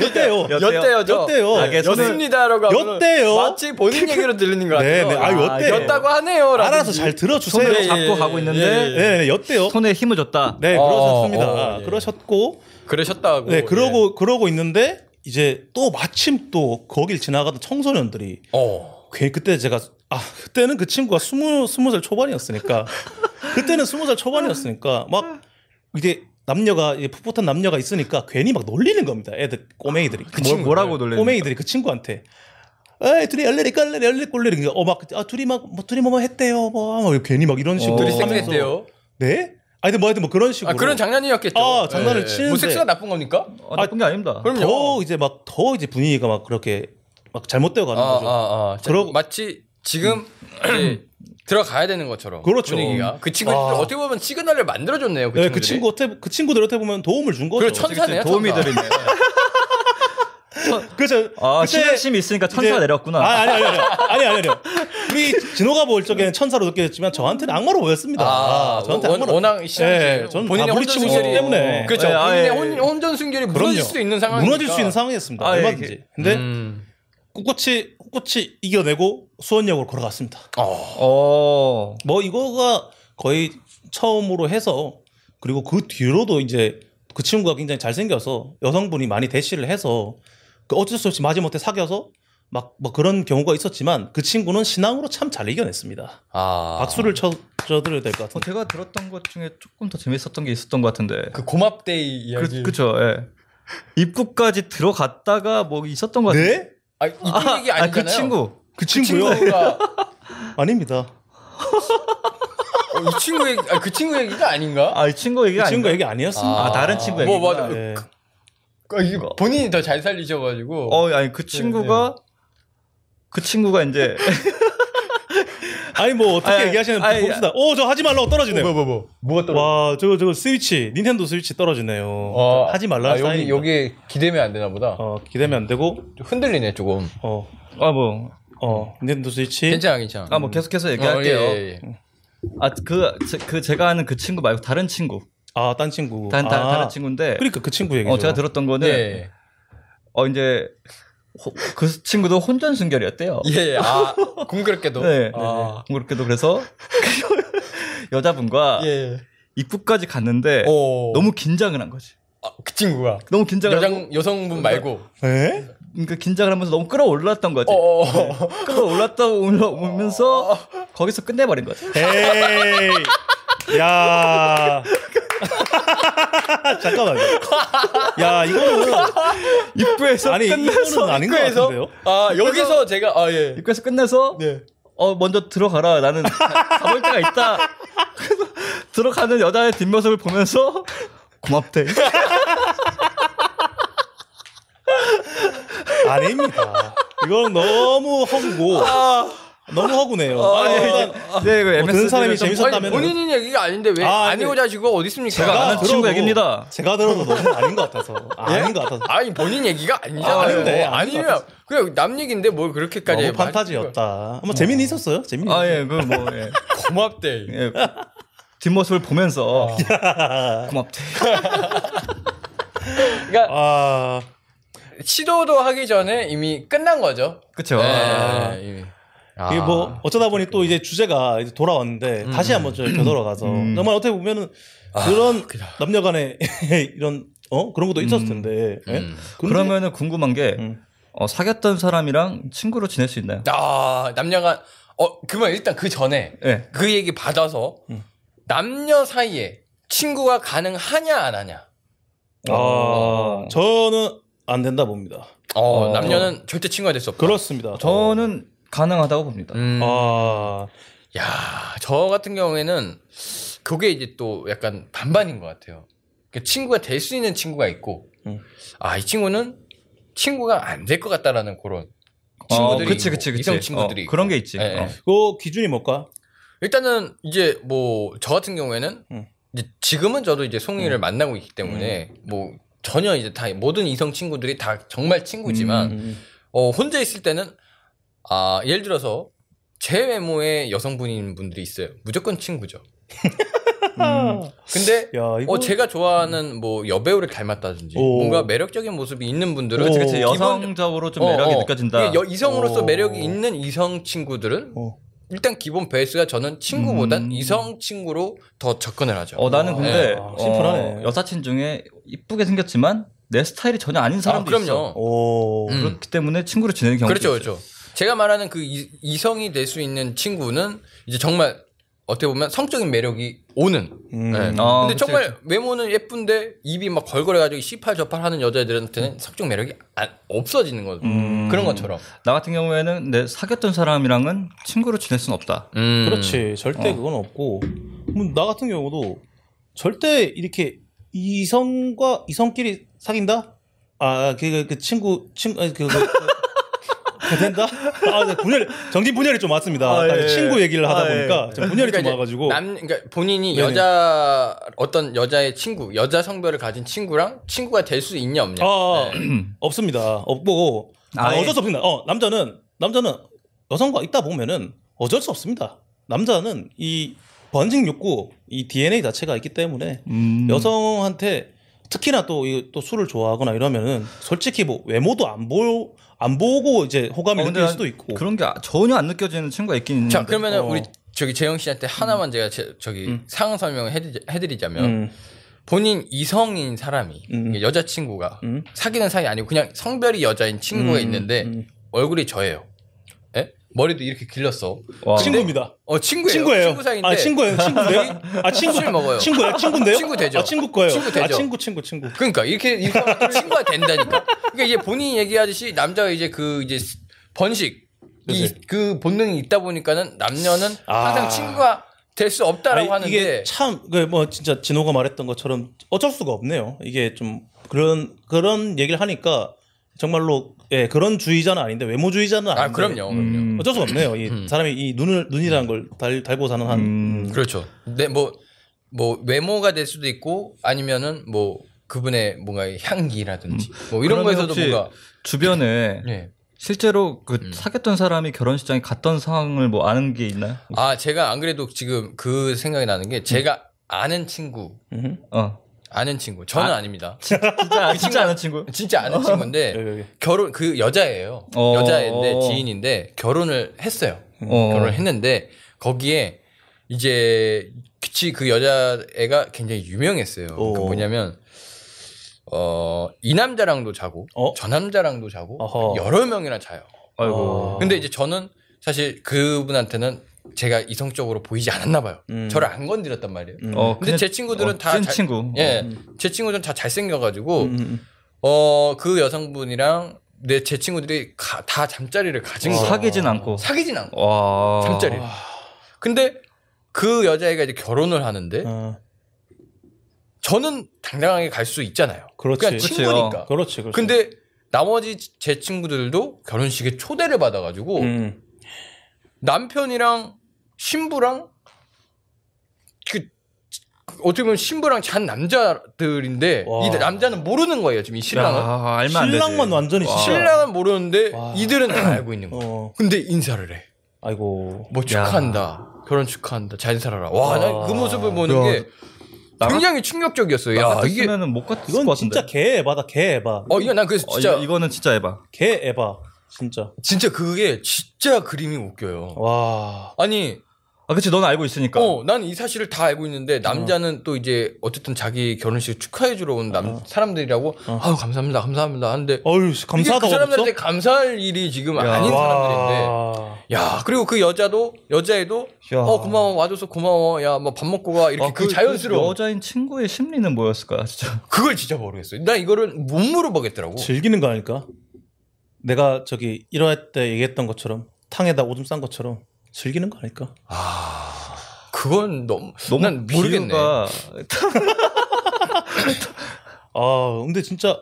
Speaker 1: 였대요.
Speaker 2: 엿대요죠.
Speaker 1: 엿대요.
Speaker 2: 아, 이게
Speaker 3: 손을-
Speaker 2: 였습니다라고 하면
Speaker 1: 엿대요.
Speaker 2: 마치 본인 얘기로 들리는 것
Speaker 1: 네,
Speaker 2: 같아요.
Speaker 1: 네. 아, 엿대요.
Speaker 2: 엿다고 하네요.
Speaker 1: 알아서 잘 들어주세요.
Speaker 3: 손을
Speaker 2: 예,
Speaker 3: 잡고
Speaker 2: 예,
Speaker 3: 가고
Speaker 2: 예,
Speaker 3: 있는데
Speaker 2: 예, 예.
Speaker 1: 네, 네, 엿대요.
Speaker 3: 손에 힘을 줬다.
Speaker 1: 네,
Speaker 2: 어,
Speaker 1: 그러셨습니다.
Speaker 2: 어, 예.
Speaker 1: 네, 그러셨고
Speaker 2: 그러셨다고.
Speaker 1: 네, 그러고 그러고 있는데 이제 또 마침 또 거길 지나가던 청소년들이
Speaker 2: 어.
Speaker 1: 괜히 그때 제가 아 그때는 그 친구가 스무 스무 살
Speaker 2: [laughs]
Speaker 1: 초반이었으니까 그때는 스무 살 초반이었으니까 막 이제 남녀가 이제 풋풋한 남녀가 있으니까 괜히 막 놀리는 겁니다. 애들 꼬맹이들이
Speaker 2: 그
Speaker 3: 뭐,
Speaker 2: 친구들.
Speaker 3: 뭐라고 놀래는
Speaker 1: 꼬맹이들이 그 친구한테 에이 둘이 얼레리 깔레리 얼레리 꼴레리 어막아 둘이 막 뭐 둘이 뭐 뭐 했대요 뭐, 막 괜히 막 이런 식으로
Speaker 3: 어.
Speaker 2: 둘이
Speaker 3: 어.
Speaker 1: 하면서
Speaker 2: 섹스했대요.
Speaker 1: 네? 아니 근데 뭐 하여튼 뭐 그런 식으로
Speaker 2: 아 그런 장난이었겠죠.
Speaker 1: 아, 장난을
Speaker 2: 예, 예. 뭐
Speaker 1: 치는데.
Speaker 2: 섹스가 나쁜 겁니까?
Speaker 3: 아, 나쁜 게 아닙니다.
Speaker 2: 그럼요.
Speaker 1: 더 이제 막 더 이제 분위기가 막 그렇게 막 잘못되어 가는 거죠.
Speaker 2: 아, 아. 자,
Speaker 1: 그러고-
Speaker 2: 마치 지금 이제 들어가야 되는 것처럼
Speaker 1: 그렇죠.
Speaker 2: 분위기가 그 친구들
Speaker 1: 아.
Speaker 2: 어떻게 보면 시그널을 만들어줬네요. 그,
Speaker 1: 네, 그
Speaker 2: 친구들이.
Speaker 1: 친구 어떻게 그 친구들 어떻게 보면 도움을 준 거죠.
Speaker 2: 그리고 천사네요. 천사.
Speaker 3: 도우미들이네. [laughs]
Speaker 1: 그래서
Speaker 3: 아,
Speaker 1: 그때
Speaker 3: 신심이 있으니까 천사가
Speaker 1: 이제-
Speaker 3: 내렸구나.
Speaker 1: 아, 아니 아니 아니 아니 아니 아니. 우리 진호가 볼 적에는 천사로 느껴졌지만 저한테는 악마로 보였습니다.
Speaker 2: 아,
Speaker 1: 아, 저한테
Speaker 2: 원,
Speaker 1: 악마로.
Speaker 2: 워낙
Speaker 1: 예,
Speaker 2: 시원해.
Speaker 1: 저는
Speaker 2: 본인의
Speaker 1: 다
Speaker 2: 혼전
Speaker 1: 물리치고 있기
Speaker 2: 순결이
Speaker 1: 때문에.
Speaker 2: 그렇죠.
Speaker 3: 예, 아,
Speaker 2: 본인의
Speaker 3: 예,
Speaker 2: 혼,
Speaker 3: 예.
Speaker 2: 혼전 순결이 무너질 수도 있는 상황.
Speaker 1: 무너질 수 있는 상황이었습니다.
Speaker 3: 아, 예,
Speaker 1: 얼마든지.
Speaker 3: 이게-
Speaker 1: 근데
Speaker 2: 음.
Speaker 1: 꿋꿋이 꿋꿋이 이겨내고 수원역으로 걸어갔습니다.
Speaker 2: 어.
Speaker 3: 어.
Speaker 1: 뭐 이거가 거의 처음으로 해서 그리고 그 뒤로도 이제 그 친구가 굉장히 잘생겨서 여성분이 많이 대시를 해서 그 어쩔 수 없이 마지못해 사귀어서 막 뭐 그런 경우가 있었지만 그 친구는 신앙으로 참 잘 이겨냈습니다.
Speaker 2: 아.
Speaker 1: 박수를 쳐 쳐드려야 될 것
Speaker 3: 어,
Speaker 1: 같은데.
Speaker 3: 제가 들었던 것 중에 조금 더 재밌었던 게 있었던 것 같은데.
Speaker 2: 그 고맙데이 이야기.
Speaker 3: 그, 그쵸, 예. 입구까지 들어갔다가 뭐 있었던 것 같은데.
Speaker 1: 네?
Speaker 2: 아, 이쁜 얘기 아니잖아요.
Speaker 3: 그 친구.
Speaker 1: 그
Speaker 2: 그
Speaker 1: 친구요?
Speaker 2: 친구가
Speaker 1: 아닙니다.
Speaker 2: 어, 이 친구 얘기 아, 그 친구 얘기가 아닌가?
Speaker 3: 아, 이 친구 얘기가
Speaker 1: 그 친구
Speaker 3: 아닌가?
Speaker 1: 얘기 아니었습니다.
Speaker 3: 아, 다른 친구
Speaker 2: 뭐,
Speaker 3: 얘기구나.
Speaker 2: 맞아.
Speaker 1: 네.
Speaker 2: 어, 이게 본인이 더 잘 살리셔가지고.
Speaker 3: 어, 아니 그 친구가 그 친구가 이제
Speaker 1: 아니 뭐 어떻게
Speaker 3: 아니,
Speaker 1: 얘기하시는
Speaker 3: 아니,
Speaker 1: 봅시다. 오 저 하지 말라고 떨어지네요.
Speaker 2: 뭐, 뭐. 뭐가 떨어?
Speaker 1: 와 저거 저거 스위치 닌텐도 스위치 떨어지네요.
Speaker 2: 어,
Speaker 1: 하지 말라. 는
Speaker 2: 아, 여기 여기 기대면 안 되나 보다.
Speaker 1: 어 기대면 안 되고
Speaker 2: 좀 흔들리네 조금.
Speaker 1: 어
Speaker 3: 아 뭐 아 뭐
Speaker 1: 어, 닌텐도 스위치.
Speaker 2: 괜찮아 괜찮아.
Speaker 3: 계속해서
Speaker 2: 어,
Speaker 3: 뭐, 네, 얘기할게요.
Speaker 2: 예, 예, 예.
Speaker 3: 아 그 그 제가 아는 그 친구 말고 다른 친구.
Speaker 1: 아, 딴 친구.
Speaker 3: 다른 다-
Speaker 1: 아,
Speaker 3: 다른 친구인데
Speaker 1: 그러니까 그 친구 얘기죠.
Speaker 3: 어 제가 들었던 거는
Speaker 2: 예.
Speaker 3: 어 이제 호- 그 친구도 혼전 순결이었대요.
Speaker 2: 예, 예. 아, 공교롭게도.
Speaker 3: 네.
Speaker 2: 아.
Speaker 3: 그렇게도 그래서 여자분과
Speaker 2: 예. 어.
Speaker 3: 입구까지 갔는데
Speaker 2: 오.
Speaker 3: 네. 너무 긴장을 한 거지.
Speaker 2: 아, 그 친구가
Speaker 3: 너무 긴장을 하고
Speaker 2: 여장 여성분 말고.
Speaker 1: 에?
Speaker 3: 그러니까 긴장을 하면서 너무 끌어올랐던 거지.
Speaker 2: 어, 어.
Speaker 3: 끌어올랐다 오면서 거기서 끝내버린 거지.
Speaker 1: 에이. 야. [laughs] 잠깐만요. 야, 이거는
Speaker 3: 입구에서
Speaker 1: 아니,
Speaker 3: 끝내서
Speaker 1: 이거는 아닌 것
Speaker 2: 학교에서
Speaker 1: 같은데요.
Speaker 2: 아, 여기서 제가 아 예.
Speaker 3: 입구에서 끝내서
Speaker 2: 네.
Speaker 3: 어 먼저 들어가라 나는 가볼 데가 있다 그래서 들어가는 여자의 뒷모습을 보면서 고맙대
Speaker 1: [laughs] 아닙니다. 이건 너무 허구고. 너무 허구네요.
Speaker 3: 아, 예, 예.
Speaker 2: 그
Speaker 3: 네, 이거
Speaker 1: 듣는 사람이
Speaker 3: MSG 좀-
Speaker 1: 재밌어.
Speaker 2: 아니,
Speaker 1: 있었다면은-
Speaker 2: 본인 얘기가 아닌데 왜
Speaker 1: 아,
Speaker 2: 아, 니고 자시고 어디 있습니까?
Speaker 3: 제가 아는
Speaker 1: 들어도-
Speaker 3: 친구 얘기입니다. 예?
Speaker 1: 제가 들어도 너무 아닌 것 같아서. 아닌 것 같아서.
Speaker 2: 아니 본인 얘기가 아니잖아요.
Speaker 1: 아, 아닌데, 아닌 것
Speaker 2: 아니면 그냥 남 얘기인데 뭘 그렇게까지
Speaker 1: 너무
Speaker 2: 그러니까 말-
Speaker 1: 판타지였다. 뭐 재미는 있었어요. 재미는.
Speaker 3: 아 예 그 뭐 예.
Speaker 2: 고맙대.
Speaker 3: 예. 뒷모습을 보면서
Speaker 2: [laughs]
Speaker 3: 고맙대
Speaker 2: 그러니까
Speaker 1: 아.
Speaker 2: 시도도 하기 전에 이미 끝난 거죠.
Speaker 3: 그쵸 아,
Speaker 2: 예, 예, 이미. 아.
Speaker 1: 이게 뭐 어쩌다 보니 또 이제 주제가 이제 돌아왔는데 다시 한번 좀 되돌아가서
Speaker 3: 음.
Speaker 1: 정말 어떻게 보면은 그런
Speaker 2: 아. 그냥.
Speaker 1: 남녀간의 [laughs] 이런 어 그런 것도 있었을 텐데 예?
Speaker 2: 음.
Speaker 1: 근데-
Speaker 3: 그러면은 궁금한 게
Speaker 1: 음.
Speaker 3: 어, 사귀었던 사람이랑 친구로 지낼 수 있나요?
Speaker 2: 아 남녀가 어 그러면 일단 그 전에
Speaker 3: 예
Speaker 2: 그 얘기 받아서
Speaker 1: 음.
Speaker 2: 남녀 사이에 친구가 가능하냐 안 하냐.
Speaker 1: 아
Speaker 3: 어.
Speaker 1: 저는 안 된다 봅니다
Speaker 2: 어,
Speaker 3: 어.
Speaker 2: 남녀는 절대 친구가 될 수 없다.
Speaker 1: 그렇습니다
Speaker 3: 저는 가능하다고 봅니다
Speaker 2: 어. 음.
Speaker 1: 아
Speaker 2: 야, 저 같은 경우에는 그게 이제 또 약간 반반인 것 같아요. 그러니까 친구가 될 수 있는 친구가 있고,
Speaker 1: 음.
Speaker 2: 아, 이 친구는 친구가 안 될 것 같다라는 그런
Speaker 3: 어,
Speaker 2: 친구들이
Speaker 3: 그치
Speaker 2: 있고,
Speaker 3: 그치 그치
Speaker 2: 이성 친구들이
Speaker 3: 어,
Speaker 2: 있고.
Speaker 3: 그런 게 있지
Speaker 2: 예, 예.
Speaker 3: 어.
Speaker 1: 그 기준이 뭘까
Speaker 2: 일단은 이제 뭐 저 같은 경우에는
Speaker 1: 음.
Speaker 2: 이제 지금은 저도 이제 송이를 만나고 있기 때문에 뭐 전혀 이제 다 모든 이성 친구들이 다 정말 친구지만
Speaker 1: 음.
Speaker 2: 어, 혼자 있을 때는 아 예를 들어서 제 외모의 여성분인 분들이 있어요. 무조건 친구죠. 근데
Speaker 1: 음. 야 이거
Speaker 2: 어 제가 좋아하는 뭐 여배우를 닮았다든지
Speaker 1: 오.
Speaker 2: 뭔가 매력적인 모습이 있는 분들은
Speaker 3: 그렇지
Speaker 1: 오.
Speaker 3: 그렇지
Speaker 2: 기본적-
Speaker 3: 여성적으로 좀 매력이
Speaker 2: 어, 어.
Speaker 3: 느껴진다 어.
Speaker 2: 이게 여- 이성으로서
Speaker 1: 오.
Speaker 2: 매력이 있는 이성 친구들은
Speaker 1: 어.
Speaker 2: 일단 기본 베이스가 저는 친구보단
Speaker 3: 음.
Speaker 2: 이성 친구로 더 접근을 하죠. 예.
Speaker 3: 어 나는 근데
Speaker 2: 네.
Speaker 1: 와, 심플하네.
Speaker 3: 어, 여사친 중에 이쁘게 생겼지만 내 스타일이 전혀 아닌
Speaker 2: 아,
Speaker 3: 사람도 있어.
Speaker 2: 그럼요.
Speaker 1: 오.
Speaker 2: 음.
Speaker 3: 뭐 그렇기 때문에 친구로 지내는 경우도
Speaker 2: 그렇죠,
Speaker 3: 있죠.
Speaker 2: 그렇죠. 제가 말하는 그 이- 이성이 될 수 있는 친구는 이제 정말 어떻게 보면 성적인 매력이 오는.
Speaker 1: 음.
Speaker 2: 네.
Speaker 3: 아,
Speaker 2: 근데
Speaker 3: 그치,
Speaker 2: 정말
Speaker 3: 그치.
Speaker 2: 외모는 예쁜데 입이 막 걸걸해가지고 시팔 저팔 하는 여자애들한테는 성적 매력이 안- 없어지는 거
Speaker 3: 음.
Speaker 2: 그런 것처럼.
Speaker 3: 나 같은 경우에는 내 사귀었던 사람이랑은 친구로 지낼 수는 없다.
Speaker 2: 음.
Speaker 1: 그렇지. 절대
Speaker 3: 어.
Speaker 1: 그건 없고. 음, 나 같은 경우도 절대 이렇게 이성과 이성끼리 사귄다? 아, 그, 그, 그 친구, 친구, 아니, 그, 그, 그 된다? 아, 네, 분열, 정신 분열이 좀 왔습니다.
Speaker 3: 아,
Speaker 1: 아까
Speaker 3: 예,
Speaker 1: 친구
Speaker 3: 예.
Speaker 1: 얘기를 하다
Speaker 3: 아, 예.
Speaker 1: 보니까 좀 분열이 좀
Speaker 2: 이제
Speaker 1: 와가지고.
Speaker 2: 남 그러니까 본인이
Speaker 1: 네네.
Speaker 2: 여자 어떤 여자의 친구 여자 성별을 가진 친구랑 친구가 될 수 있냐 없냐
Speaker 1: 아, 없습니다. 없고. 아,
Speaker 3: 아예.
Speaker 1: 어쩔 수 없습니다. 어, 남자는, 남자는 여성과 있다 보면은 어쩔 수 없습니다. 남자는 이 번식 욕구, 이 DNA 자체가 있기 때문에
Speaker 3: 음.
Speaker 1: 여성한테 특히나 또, 이- 또 술을 좋아하거나 이러면은 솔직히 뭐 외모도 안, 보, 안 보고 이제 호감이
Speaker 3: 어, 근데
Speaker 1: 느낄 수도 있고.
Speaker 3: 그런 게 전혀 안 느껴지는 친구가 있긴 있는데.
Speaker 2: 자 그러면
Speaker 1: 어.
Speaker 2: 우리 저기 재영 씨한테 하나만 제가 제- 저기
Speaker 1: 음.
Speaker 2: 상황 설명을 해드리, 해드리자면
Speaker 1: 음,
Speaker 2: 본인 이성인 사람이
Speaker 1: 음.
Speaker 2: 이게 여자친구가
Speaker 1: 음.
Speaker 2: 사귀는 사이 아니고 그냥 성별이 여자인 친구가
Speaker 1: 음,
Speaker 2: 있는데
Speaker 1: 음.
Speaker 2: 얼굴이 저예요. 예? 머리도 이렇게 길렀어.
Speaker 3: 와.
Speaker 1: 친구입니다.
Speaker 2: 어 친구예요.
Speaker 1: 친구예요.
Speaker 2: 친구 사이인데
Speaker 1: 아 친구예요. 친구인데요. 아 친구.
Speaker 2: 술 먹어요.
Speaker 1: 친구예요. 친구인데요.
Speaker 2: 친구 되죠.
Speaker 1: 아 친구 거예요.
Speaker 2: 친구 되죠.
Speaker 1: 아 친구 친구 친구.
Speaker 2: 그러니까 이렇게 이렇게 하면 친구가 된다니까. 그러니까 이제 본인이 얘기하듯이 남자가 이제 그 이제 번식 이
Speaker 1: 그치.
Speaker 2: 그 본능이 있다 보니까는 남녀는
Speaker 1: 아.
Speaker 2: 항상 친구가 될 수 없다라고
Speaker 1: 아니,
Speaker 2: 하는데
Speaker 1: 이게 참 그 뭐 진짜 진호가 말했던 것처럼 어쩔 수가 없네요. 이게 좀 그런 그런 얘기를 하니까 정말로 예 그런 주의자는 아닌데 외모주의자는 아닌데
Speaker 2: 아 그럼요. 그럼요.
Speaker 3: 음.
Speaker 1: 어쩔 수가 없네요. 이 사람이 이 눈을 눈이라는 걸 달, 달고 사는 한
Speaker 3: 음.
Speaker 2: 그렇죠. 근데 뭐, 뭐 외모가 될 수도 있고 아니면은 뭐 그분의 뭔가 향기라든지 뭐 이런
Speaker 3: 그러면
Speaker 2: 거에서도
Speaker 3: 혹시
Speaker 2: 뭔가
Speaker 3: 주변에
Speaker 2: 예.
Speaker 3: 실제로 그
Speaker 2: 음.
Speaker 3: 사귀었던 사람이 결혼식장에 갔던 상황을 뭐 아는 게 있나요?
Speaker 2: 아 제가 안 그래도 지금 그 생각이 나는 게 제가 아는 친구
Speaker 1: 음.
Speaker 3: 어.
Speaker 2: 아는 친구 저는 아, 닙니다
Speaker 3: 진짜 진짜 아는 친구?
Speaker 2: 진짜 아는 친구인데
Speaker 1: 여기, 여기.
Speaker 2: 결혼 그 여자예요
Speaker 3: 어.
Speaker 2: 여자인데 지인인데 결혼을 했어요
Speaker 3: 어.
Speaker 2: 음, 결혼을 했는데 거기에 이제 그치 그 여자애가 굉장히 유명했어요. 그러니까
Speaker 1: 오.
Speaker 2: 뭐냐면 어 이 남자랑도 자고
Speaker 1: 어?
Speaker 2: 저 남자랑도 자고
Speaker 1: 어허.
Speaker 2: 여러 명이나 자요.
Speaker 3: 아이고.
Speaker 2: 근데 이제 저는 사실 그분한테는 제가 이성적으로 보이지 않았나 봐요.
Speaker 1: 음.
Speaker 2: 저를 안 건드렸단 말이에요.
Speaker 1: 음.
Speaker 3: 어,
Speaker 2: 근데
Speaker 3: 그냥-
Speaker 2: 제 친구들은
Speaker 3: 어,
Speaker 2: 다
Speaker 3: 찐
Speaker 2: 잘-
Speaker 3: 친구.
Speaker 2: 예, 제 친구들은 다 잘생겨가지고
Speaker 1: 음, 음.
Speaker 2: 어 그 여성분이랑 내 제 친구들이 가- 다 잠자리를 가진
Speaker 3: 어.
Speaker 2: 거예요.
Speaker 3: 사귀진 않고.
Speaker 2: 사귀진 않고.
Speaker 1: 어.
Speaker 3: 와.
Speaker 2: 잠자리. 근데 그 여자애가 이제 결혼을 하는데
Speaker 1: 아,
Speaker 2: 저는 당당하게 갈 수 있잖아요.
Speaker 1: 그렇지. 어,
Speaker 2: 그냥 그러니까 친구니까.
Speaker 1: 그렇지, 그렇지.
Speaker 2: 근데 나머지 제 친구들도 결혼식에 초대를 받아가지고
Speaker 1: 음.
Speaker 2: 남편이랑 신부랑 그, 그 어떻게 보면 신부랑 잔 남자들인데
Speaker 1: 와.
Speaker 2: 이 남자는 모르는 거예요 지금 이 신랑은
Speaker 3: 야, 알면 안 되지.
Speaker 1: 신랑만 완전히
Speaker 3: 와.
Speaker 1: 진짜.
Speaker 2: 신랑은 모르는데
Speaker 1: 와.
Speaker 2: 이들은 다 알고 있는 거예요.
Speaker 1: 어,
Speaker 2: 근데 인사를 해.
Speaker 1: 아이고.
Speaker 2: 뭐 축하한다. 결혼 축하한다. 잘 살아라. 와, 난 그 모습을 보는
Speaker 3: 야,
Speaker 2: 게
Speaker 3: 나 같-
Speaker 2: 굉장히 충격적이었어요.
Speaker 3: 나
Speaker 2: 야, 이게
Speaker 3: 아, 같았으면은 못 갔을 것
Speaker 1: 이건
Speaker 3: 같은데.
Speaker 1: 진짜 개 에바다, 개 에바.
Speaker 2: 어, 이거 난 그래서
Speaker 3: 어,
Speaker 2: 진짜
Speaker 3: 이거, 이거는 진짜 에바.
Speaker 1: 개 에바, 진짜.
Speaker 2: 진짜 그게 진짜 그림이 웃겨요.
Speaker 1: 와.
Speaker 2: 아니,
Speaker 3: 아, 그치, 넌 알고 있으니까.
Speaker 2: 어, 난 이 사실을 다 알고 있는데 남자는 또 이제 어쨌든 자기 결혼식 축하해 주러 온 남,
Speaker 1: 어.
Speaker 2: 사람들이라고
Speaker 1: 어.
Speaker 2: 아유 감사합니다, 감사합니다 하는데
Speaker 1: 어휴,
Speaker 2: 이게
Speaker 1: 감사하다고
Speaker 2: 그 사람들한테
Speaker 1: 없어?
Speaker 2: 감사할 일이 지금
Speaker 3: 야.
Speaker 2: 아닌 사람들인데.
Speaker 1: 와.
Speaker 2: 야, 그리고 그 여자도 여자애도
Speaker 3: 야.
Speaker 2: 어 고마워 와줘서 고마워 야 뭐 밥 먹고 가 이렇게
Speaker 3: 아,
Speaker 2: 그, 자연스러운
Speaker 3: 여자인 친구의 심리는 뭐였을까,
Speaker 2: [laughs]
Speaker 3: 진짜.
Speaker 2: 그걸 진짜 모르겠어요. 나 이거를 못 물어보겠더라고.
Speaker 1: 즐기는 거 아닐까? 내가 저기 1화 때 얘기했던 것처럼 탕에다 오줌 싼 것처럼 즐기는 거 아닐까?
Speaker 2: 그건 너무
Speaker 3: 너무
Speaker 2: 난 모르겠네.
Speaker 3: 비유가-
Speaker 1: 아, 근데 진짜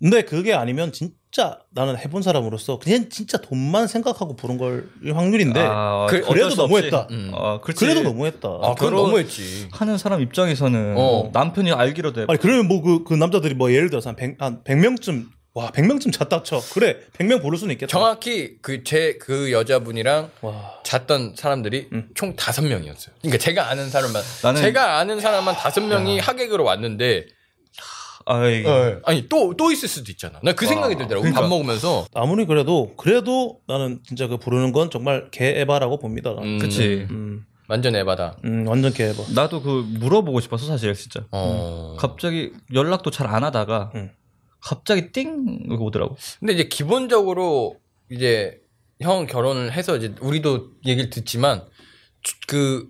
Speaker 1: 근데 그게 아니면 진짜 나는 해본 사람으로서 그냥 진짜 돈만 생각하고 부른 걸 확률인데
Speaker 3: 아,
Speaker 2: 그-
Speaker 3: 어쩔
Speaker 1: 그래도
Speaker 3: 수 없이.
Speaker 1: 너무했다.
Speaker 2: 음.
Speaker 3: 아, 그렇지.
Speaker 1: 그래도 너무했다.
Speaker 2: 아, 그건
Speaker 3: 결혼-
Speaker 2: 너무했지.
Speaker 3: 하는 사람 입장에서는
Speaker 2: 어.
Speaker 3: 남편이 알기로 돼.
Speaker 1: 아니 그러면 뭐 그 그 남자들이 뭐 예를 들어서 한 100, 한 100명쯤 와 100명쯤 잤다 쳐 그래 100명 부를 수는 있겠다
Speaker 2: 정확히 그 제 그 여자분이랑
Speaker 1: 와
Speaker 2: 잤던 사람들이 총 다섯 명이었어요. 그러니까 제가 아는 사람만
Speaker 3: 음. 나는-
Speaker 2: 제가 아는 사람만 다섯 명이 하객으로 왔는데 어,
Speaker 3: 아, 이게.
Speaker 1: 어.
Speaker 2: 아니 또 또 있을 수도 있잖아. 나 그 생각이 들더라고. 밥
Speaker 3: 그러니까.
Speaker 2: 먹으면서
Speaker 1: 아무리 그래도 그래도 나는 진짜 그 부르는 건 정말 개에바라고 봅니다
Speaker 2: 음,
Speaker 3: 아, 그치.
Speaker 1: 음,
Speaker 2: 완전 에바다.
Speaker 1: 음, 완전 개에바
Speaker 3: 나도 그 물어보고 싶어서 사실 진짜.
Speaker 2: 어.
Speaker 3: 갑자기 연락도 잘 안 하다가
Speaker 1: 음.
Speaker 3: 갑자기 띵 이렇게 오더라고.
Speaker 2: 근데 이제 기본적으로 이제 형 결혼을 해서 이제 우리도 얘기를 듣지만 추- 그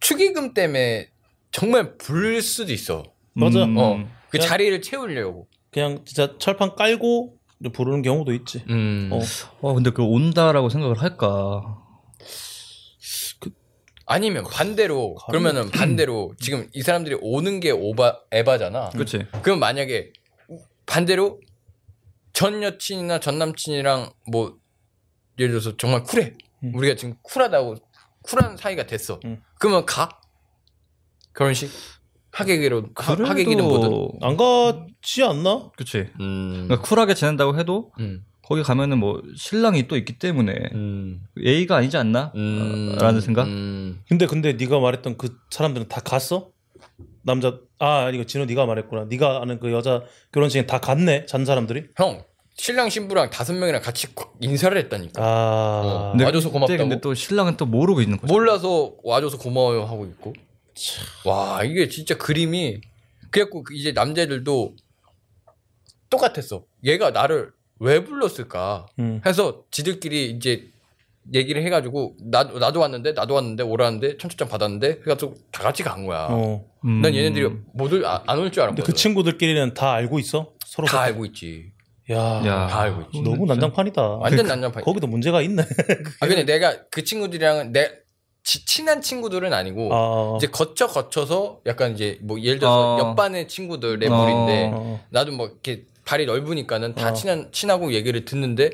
Speaker 2: 축의금 때문에 정말 불 수도 있어.
Speaker 1: 맞아.
Speaker 3: 음.
Speaker 2: 어. 그
Speaker 1: 그냥-
Speaker 2: 자리를 채우려고.
Speaker 1: 그냥 진짜 철판 깔고 이제 부르는 경우도 있지.
Speaker 2: 음.
Speaker 1: 어.
Speaker 3: 어, 근데 그 온다라고 생각을 할까?
Speaker 2: 아니면 반대로 그러면은 반대로 지금 이 사람들이 오는 게 오바 에바잖아.
Speaker 3: 그렇지.
Speaker 2: 그럼 만약에 반대로 전 여친이나 전 남친이랑 뭐 예를 들어서 정말 쿨해.
Speaker 1: 음.
Speaker 2: 우리가 지금 쿨하다고 쿨한 사이가 됐어.
Speaker 1: 음.
Speaker 2: 그러면 가 결혼식 하객으로 하- 하객이든 뭐든.
Speaker 3: 그래도
Speaker 1: 안 가지 않나?
Speaker 3: 그렇지.
Speaker 2: 음.
Speaker 3: 그러니까 쿨하게 지낸다고 해도
Speaker 2: 음.
Speaker 3: 거기 가면은 뭐 신랑이 또 있기 때문에
Speaker 2: 음.
Speaker 3: 예의가 아니지 않나?
Speaker 2: 음.
Speaker 3: 라는 생각?
Speaker 2: 음.
Speaker 1: 근데 근데 네가 말했던 그 사람들은 다 갔어? 남자 아 이거 진호 네가 말했구나. 네가 아는 그 여자 결혼식에 다 갔네. 잔 사람들이.
Speaker 2: 형 신랑 신부랑 다섯 명이랑 같이 콱 인사를 했다니까.
Speaker 1: 아
Speaker 2: 어. 네. 와줘서
Speaker 3: 그때
Speaker 2: 고맙다고.
Speaker 3: 근데 또 신랑은 또 모르고 있는 거지.
Speaker 2: 몰라서 와줘서 고마워요 하고 있고. 와 이게 진짜 그림이 그래갖고 그 이제 남자들도 똑같았어. 얘가 나를 왜 불렀을까
Speaker 1: 음.
Speaker 2: 해서 지들끼리 이제 얘기를 해가지고 나 나도 왔는데 나도 왔는데 오라는데 청첩장 받았는데 그래가지고 다 같이 간 거야.
Speaker 1: 어.
Speaker 3: 음.
Speaker 2: 난 얘네들이 모두 아, 안 올
Speaker 1: 근데
Speaker 2: 줄 알았거든.
Speaker 1: 그 친구들끼리는 다 알고 있어? 서로
Speaker 2: 다 알고 있지.
Speaker 1: 야.
Speaker 3: 야,
Speaker 2: 다 알고 있지.
Speaker 1: 너무 난장판이다. 그,
Speaker 2: 완전 난장판.
Speaker 1: 아, 거기도 문제가 있네.
Speaker 2: 아 근데 내가 그 친구들이랑은 내 지- 친한 친구들은 아니고
Speaker 1: 아.
Speaker 2: 뭐, 이제 거쳐 거쳐서 약간 이제 뭐 예를 들어서
Speaker 3: 어.
Speaker 2: 옆반의 친구들 레벨인데
Speaker 1: 어.
Speaker 2: 나도 뭐 이렇게 발이 넓으니까는 다
Speaker 1: 어.
Speaker 2: 친한 친하고 얘기를 듣는데